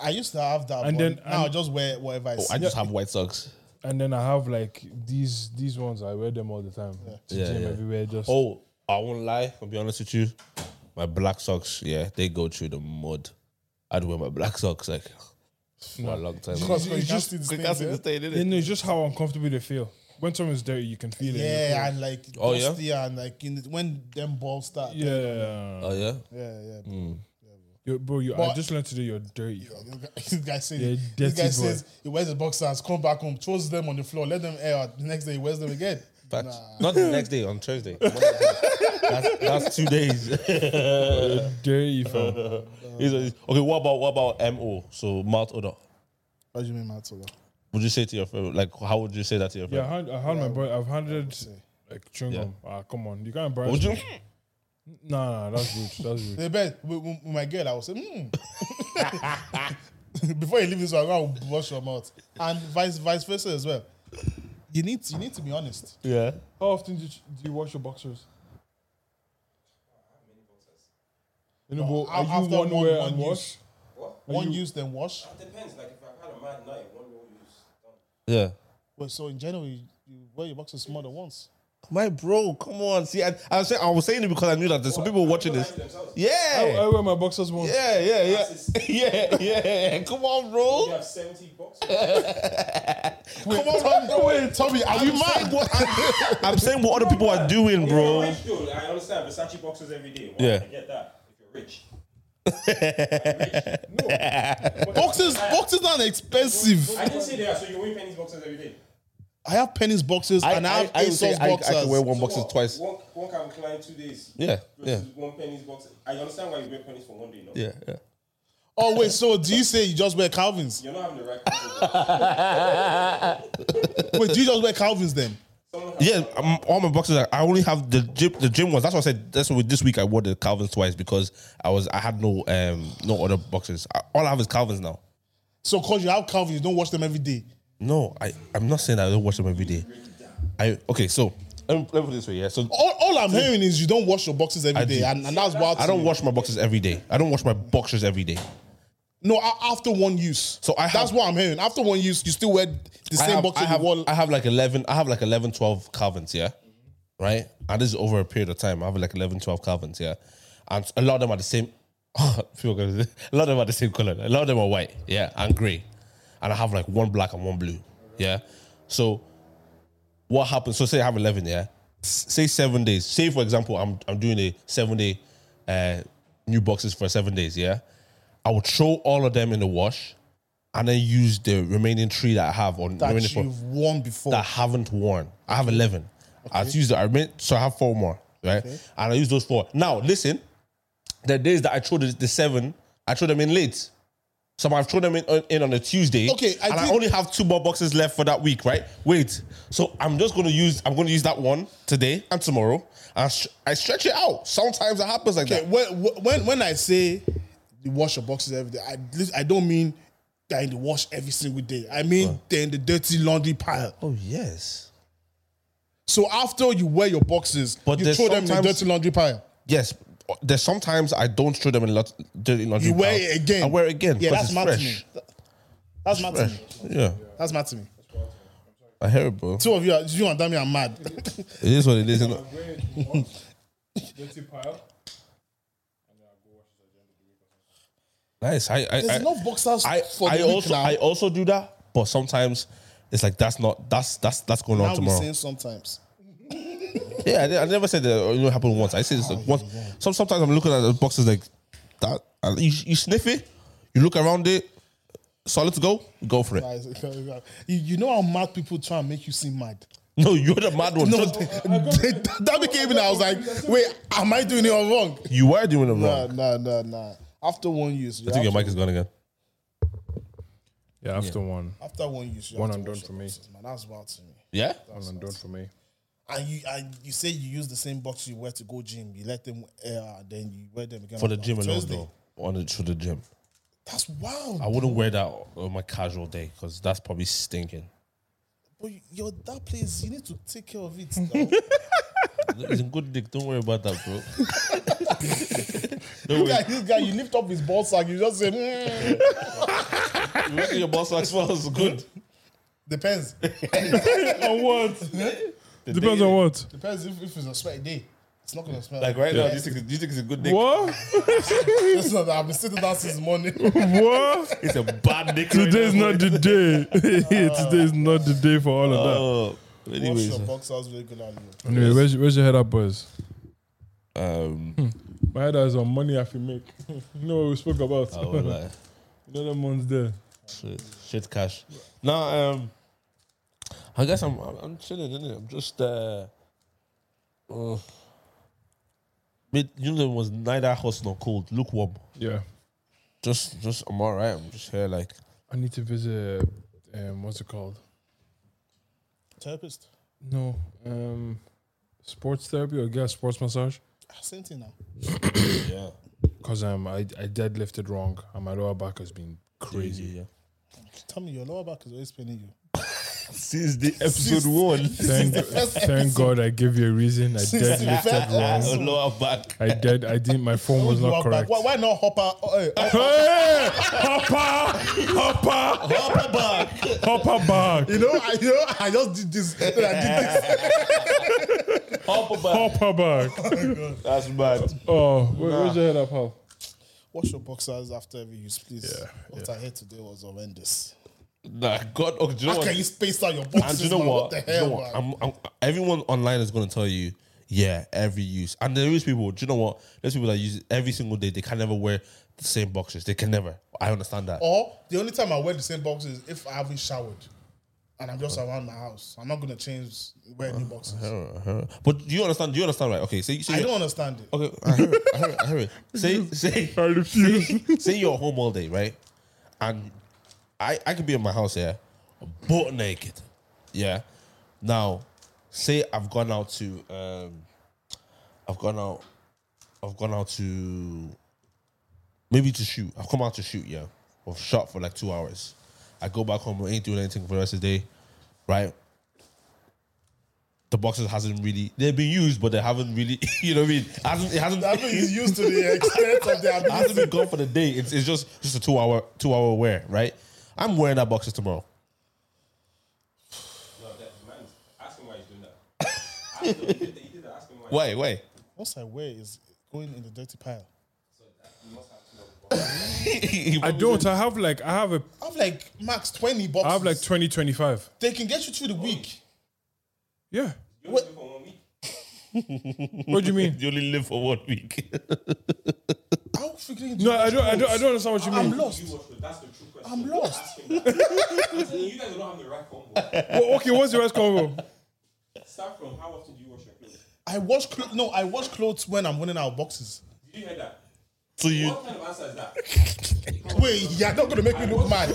C: I used to have that,
A: And
C: and
A: then-
C: then now
A: and-
C: I just wear whatever I see.
B: Oh, I just have white socks.
A: And then I have like these these ones. I wear them all the time. To
B: Yeah,
A: gym
B: yeah.
A: everywhere. Just
B: Oh, I won't lie. I'll be honest with you. My black socks, yeah, they go through the mud. I'd wear my black socks like for a long time.
C: Because you
A: It's
C: can't
A: just-
C: see the
B: Quick
C: stains,
B: as
C: yeah?
B: it's stained, innit?
A: you know, it's just how uncomfortable they feel. When someone's dirty, you can feel it.
C: Yeah, and like
B: Oh, yeah?
C: dusty and like in the, when them balls start. Yeah,
A: Yeah, yeah.
B: Oh yeah.
C: yeah. yeah.
A: Yo, bro, you, I
C: But-
A: just learned today you're dirty.
C: This guy [LAUGHS] says
A: Yeah,
C: this guy
A: dirty
C: says he wears the boxers, come back home, throws them on the floor, let them air out. The next day he wears them again.
B: Facts. Not the next day on [LAUGHS] Thursday. that's, that's two days. [LAUGHS]
A: Dirty, fam.
B: He's always- okay, what about what about mo? So mouth odor.
C: What do you mean, Matula?
B: Would you say to your friend? Like, how would you say that to your
A: Yeah, I
B: friend?
A: hand, I hand my boy. I've handed like chewing gum. Ah, come on, you can't embarrass.
B: Would
E: [LAUGHS]
A: me.
B: you?
A: Nah, nah, that's rude. That's [LAUGHS] rude.
C: The bed with, with with my girl, I was saying, mm. [LAUGHS] before you leave this one, I will wash your mouth, and vice vice versa as well. You need to, you need to be honest.
B: Yeah.
A: How often do you, do you wash your boxers? You know, but
C: af-
A: are you one,
C: after one-
A: wear
C: one
A: and
C: use.
A: wash? Are
C: One
A: you-
C: use, then wash.
E: It depends. Like if I've had a mad night, one will use.
B: Yeah.
C: Well, so in general, you, you wear your boxers more than once.
B: My bro, come on. See, I, I was saying I was saying it because I knew that there's some people watching this.
E: Themselves.
A: I,
B: Yeah.
A: I wear my boxers once.
B: Yeah, yeah, yeah. [LAUGHS] Yeah, yeah. Come on, bro.
E: You have seventy boxes.
C: Come on, Tommy, Tommy, are you
B: I'm saying
C: mad?
B: what, I'm saying what other people are doing,
E: If
B: bro.
E: you're rich, though, I understand Versace boxes every day. Wow,
B: Yeah.
E: I get that. If you're rich.
C: Boxes, boxes are expensive.
E: I didn't say they are. So you're wearing pennies boxes every day.
C: I have pennies boxes and I have ASOS boxers.
B: can wear one
E: So
B: boxes
E: what?
B: twice.
E: One, one can climb two days.
B: Yeah,
E: Versus One pennies box. I understand why you wear pennies for one day. No.
B: Yeah, yeah.
C: Oh wait, so do you say you just wear Calvin's?
E: You're not having the right.
B: [LAUGHS]
E: people.
C: Wait, do you just wear Calvin's then?
E: Someone has-
B: Yeah, um, all my boxes. Are, I only have the gym, the gym ones. That's why I said. That's why this week I wore the Calvin's twice because I was I had no um no other boxes. I, all I have is Calvin's now.
C: So cause you have Calvin's, you don't wash them every day.
B: No, I I'm not saying that I don't watch them every day. I okay, so let me, let me put it this way. Yeah, so
C: All, all I'm hearing is you don't wash your boxes every
B: I
C: day,
B: do.
C: and, and that's wild.
B: I
C: to
B: don't
C: me.
B: wash my boxes every day. I don't wash my boxers every day.
C: No, a- after one use.
B: So I have-
C: that's what I'm hearing. After one use, you still wear the
B: I
C: same
B: have,
C: boxes
B: I have,
C: you wore.
B: I have like 11, I have like 11, 12 Calvins, yeah? Right? And this is over a period of time. I have like 11, 12 Calvins, yeah? And a lot of them are the same. [LAUGHS] people are gonna say- a lot of them are the same color. A lot of them are white, yeah, and gray. And I have like one black and one blue, yeah? So what happens? So say I have 11, yeah? S- Say seven days. Say, for example, I'm, I'm doing a seven day uh, new boxes for seven days, yeah? I would throw all of them in the wash and then use the remaining three that I have on
C: That
B: remaining four
C: you've worn before.
B: that I haven't worn. I have eleven. I just use the I mean, so I have four more, right? And I use those four. Now listen, the days that I throw the, the seven, I throw them in late. So I've thrown them in, on- in on a Tuesday.
C: Okay, I
B: and I
C: did-
B: only have two more boxes left for that week, right? Wait, so I'm just gonna use I'm gonna use that one today and tomorrow, and sh- I stretch it out. Sometimes it happens like
C: Okay,
B: that.
C: when, when when I say you wash your boxes every day, I lis- I don't mean they're in the wash every single day. I mean they're in the dirty laundry pile.
B: Oh yes,
C: So after you wear your boxes,
B: But
C: you
B: there's
C: throw them in the
B: sometimes-
C: dirty laundry pile.
B: yes. There's sometimes I don't throw them in lot dirty laundry.
C: You wear
B: pile.
C: it again.
B: I wear it again.
C: Yeah, that's
B: because
C: mad to me.
B: it's
C: Th- That's mad to me.
B: fresh. Yeah,
C: That's mad to me.
B: I hear it, bro.
C: Two of you, are, you and Dami are mad.
B: It is what it is. innit?
A: I wear it once, dirty pile.
B: Nice. I I I,
C: There's enough boxers
B: I,
C: for
B: I
C: the week
B: also
C: now.
B: I also do that, but sometimes it's like that's not that's that's that's going
C: now
B: on
C: we're
B: tomorrow.
C: saying sometimes. [LAUGHS]
B: yeah, I, ne- I never said that. It only happened once. I say this like once. Some sometimes I'm looking at the boxes like that. And you, you sniff it, you look around it. Solid to go, go for it.
C: Guys, you, you know how mad people try and make you seem mad.
B: No, you're the mad one.
C: No, [LAUGHS]
B: Just-
C: that became and I was like, wait, am I doing it all wrong?
B: you were doing it wrong.
C: Nah, nah, nah, nah. After one use, you
B: I think your
C: have
B: mic is gone again.
A: Yeah, after one,
C: to- after one use, you
A: One
C: have
A: and
C: to
A: done
C: wash
A: for
C: your
A: me.
C: boxes, Man, that's wild to me.
B: Yeah.
A: one and done for me.
C: And you, and you say you use the same box you wear to go gym. You let them air, then you wear them again
B: For
C: on-
B: the
C: on
B: gym alone,
C: Thursday.
B: though. On the, to the gym.
C: That's wild.
B: I wouldn't wear that on my casual day because that's probably stinking.
C: But you're that place. You need to take
B: [LAUGHS]
C: care of it. now.
B: It's a good dick. Don't worry about that, bro.
C: Look at this guy. You lift up his ball sack. You just say, mm.
B: You look at your boss like, well, it's good.
C: depends.
A: [LAUGHS] on [LAUGHS] what?
B: The
A: Depends
B: day-
A: on what.
C: Depends if, if it's a sweaty day. It's not gonna smell.
B: Like right now, do you think, do you think it's a good dick?
A: What?
C: It's not that. I've been sitting down [LAUGHS] since morning.
A: What?
B: It's a bad dick. right
A: Today's
B: now,
A: not [LAUGHS] the day. [LAUGHS] Today's not the day for all
B: bro.
A: of
B: Oh,
C: Wash
B: anyways,
C: your boxers regularly.
A: that. Anyway, where's, where's your head up, boys?
B: um,
A: My head is on money I can make. [LAUGHS] you know what we spoke about. [LAUGHS]
B: I would like.
A: you know them ones there.
B: Shit, shit cash. No, um, I guess I'm I'm, I'm chilling, innit? I'm just uh, uh mid, you know, it was neither hot nor cold, lukewarm.
A: Yeah.
B: Just, just I'm alright. I'm just here, like
A: I need to visit, um, what's it called?
C: Therapist.
A: No. Um, sports therapy or get a sports massage?
C: Ah, Same thing now.
B: yeah,
A: Because um, I, I deadlifted wrong and my lower back has been crazy.
B: crazy. Yeah.
C: Tell me your lower back is always paining you.
B: Since the episode
C: [LAUGHS]
B: one,
A: Thank, thank God I gave you a reason. I deadlifted wrong.
B: lower back.
A: I did. I didn't. My phone was not
C: Lower back.
A: correct.
C: Why, why not hopper? Oh, eh, oh,
A: Hey, hopper, hopper,
B: Upper back.
A: hopper back,
C: you know, I, you know, I just did this. [LAUGHS] Then I did this.
B: Upper back.
A: hopper back.
B: That's bad.
A: Oh, where, where's your head up, Hal?
C: Wash your boxers after every use, please.
A: Yeah,
C: what I heard today was horrendous.
B: Nah, God. Okay, do you know
C: How
B: what?
C: can you space out your
B: And
C: boxers?
B: do you know
C: man?
B: what?
C: the
B: Do you know
C: hell,
B: what?
C: man?
B: I'm, I'm, everyone online is going to tell you, yeah, every use. And there is people, do you know what? There's people that use it every single day. They can never wear the same boxes. They can never. I understand that.
C: Or the only time I wear the same boxers is if I haven't showered and I'm just around my house. I'm not gonna change wear new boxers.
B: Uh, uh, But do you understand? Do you understand, right? Okay, say, say
C: I
B: you're-
C: don't understand it.
B: Okay, I hear it. I hear it. I hear it. Say, say,
A: I refuse.
B: [LAUGHS] say you're home all day, right? And I, I could be in my house, yeah, butt naked, yeah. Now, say I've gone out to, um, I've gone out, I've gone out to, maybe to shoot. I've come out to shoot, yeah. I've shot for like two hours. I go back home, I ain't doing anything for the rest of the day, right? The boxes hasn't really they've been used, but they haven't really [LAUGHS] you know what I mean. Hasn't, it hasn't
C: I think he's used
B: [LAUGHS]
C: to the extent of the
B: I
C: ability.
B: hasn't been gone for the day. It's, it's just just a two hour two hour wear, right? I'm wearing that boxes tomorrow.
E: No, that man. Ask him why he's doing that. Ask him, he did that. He did that. Ask him
B: Why?
E: why.
B: Why? [LAUGHS]
C: Once I wear is going in the dirty pile.
E: So that, you must have to know.
A: I don't. I have like I have a.
C: I have like max 20 boxes.
A: I have like 20, 25.
C: they can get you through the week.
A: Yeah.
E: You only do it for one week.
A: What do you mean?
B: [LAUGHS] You only live for one week. [LAUGHS]
C: How freaking
A: No, I don't. I don't. I don't understand what you
C: I'm
A: mean.
C: lost.
E: You watch it. That's the true question.
C: I'm lost.
E: Ask him that. I'm telling you, you guys don't have the
B: [LAUGHS]
E: right combo.
A: Well, okay, what's the rest combo?
E: Start from how often do you wash your clothes?
C: I wash clothes. No, I wash clothes when I'm running out of boxes.
E: Did you hear that?
B: so you
E: What kind of answer is that?
C: Wait, you're not gonna make me
A: [LAUGHS]
C: look mad.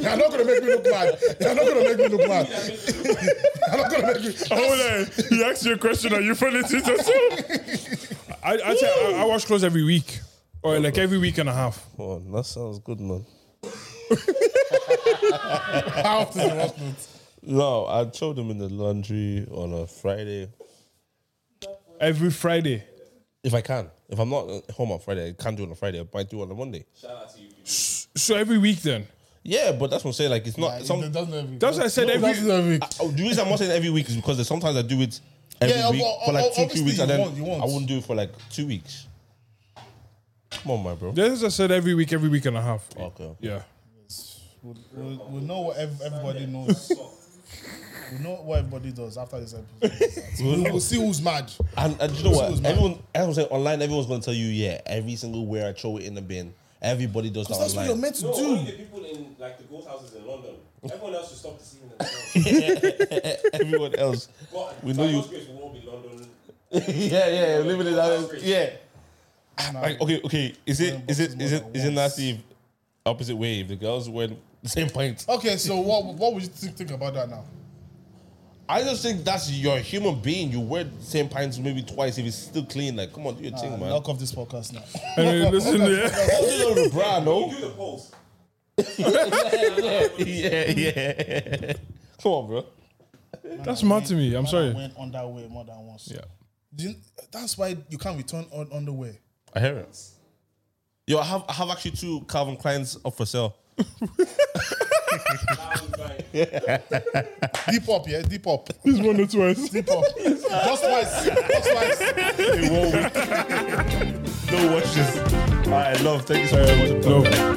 C: You're not gonna make me look mad. You're not gonna make me look mad. You're not gonna make me.
A: Hold on. He asked you a question. Are you funny to yourself? I I, tell, I I wash clothes every week, or like every week and a half.
B: Oh, that sounds good, man.
C: How often do you wash clothes?
B: No, I throw them in the laundry on a Friday.
A: Every Friday.
B: If I can. If I'm not at home on Friday, I can't do it on a Friday, but I do it on a Monday.
E: Shout out to you. people.
A: So every week then.
B: Yeah, but that's what I'm saying. Like it's not some
C: It doesn't every-
A: That's what I said.
C: No,
A: every.
C: that's every week.
B: Oh, the reason I'm not saying every week is because there's sometimes I do it every
C: Yeah,
B: week
C: well,
B: for like
C: ob-
B: two, three
C: obviously
B: weeks, and
C: you
B: then
C: want- you want.
B: I wouldn't do it for like two weeks. Come on, my bro.
A: That's what I said. Every week. Every week and a half.
B: Okay.
A: Yeah.
C: We we- we know what ev- everybody knows. We know what everybody does after this episode. We will see who's mad.
B: And, and you know
C: Who's
B: what?
C: mad?
B: Everyone, everyone saying online, everyone's gonna tell you, yeah, every single wear I throw it in the bin. Everybody does that
C: That's what you're
B: online.
C: meant to
E: No, only
C: do.
E: the people in like the ghost houses in London. Everyone else should stop deceiving
B: Everyone
C: [LAUGHS]
B: else,
E: themselves.
B: We know you-
E: Will all be London.
B: yeah, yeah, living in that, yeah. Like, okay, okay, is it, is it, is it, is it nasty? If, opposite way, if the girls wear the same pint.
C: Okay, so what what would you think, think about that now?
B: I just think that's you're a human being. You wear the same pants maybe twice if it's still clean. Like, come on, do your thing, man.
C: Knock off this podcast now.
A: Anyway,
C: [LAUGHS]
A: listen, yeah.
B: Don't do that with the bra, no.
E: Do the polls.
B: [LAUGHS] yeah, yeah. Come on, bro.
A: that's mad to me. I'm
C: Man, I
A: sorry.
C: Went underwear more than once.
A: Yeah.
C: Do you- that's why you can't return on underwear.
B: I hear it. Yo, I have I have actually two Calvin Kleins up for [LAUGHS] sale.
D: Deep up, yeah, deep up,
A: He's one or twice.
D: deep
A: [LAUGHS]
D: up. Just twice, just twice.
B: [LAUGHS] Don't watch this. All right, love. Thank you so much.
A: Love.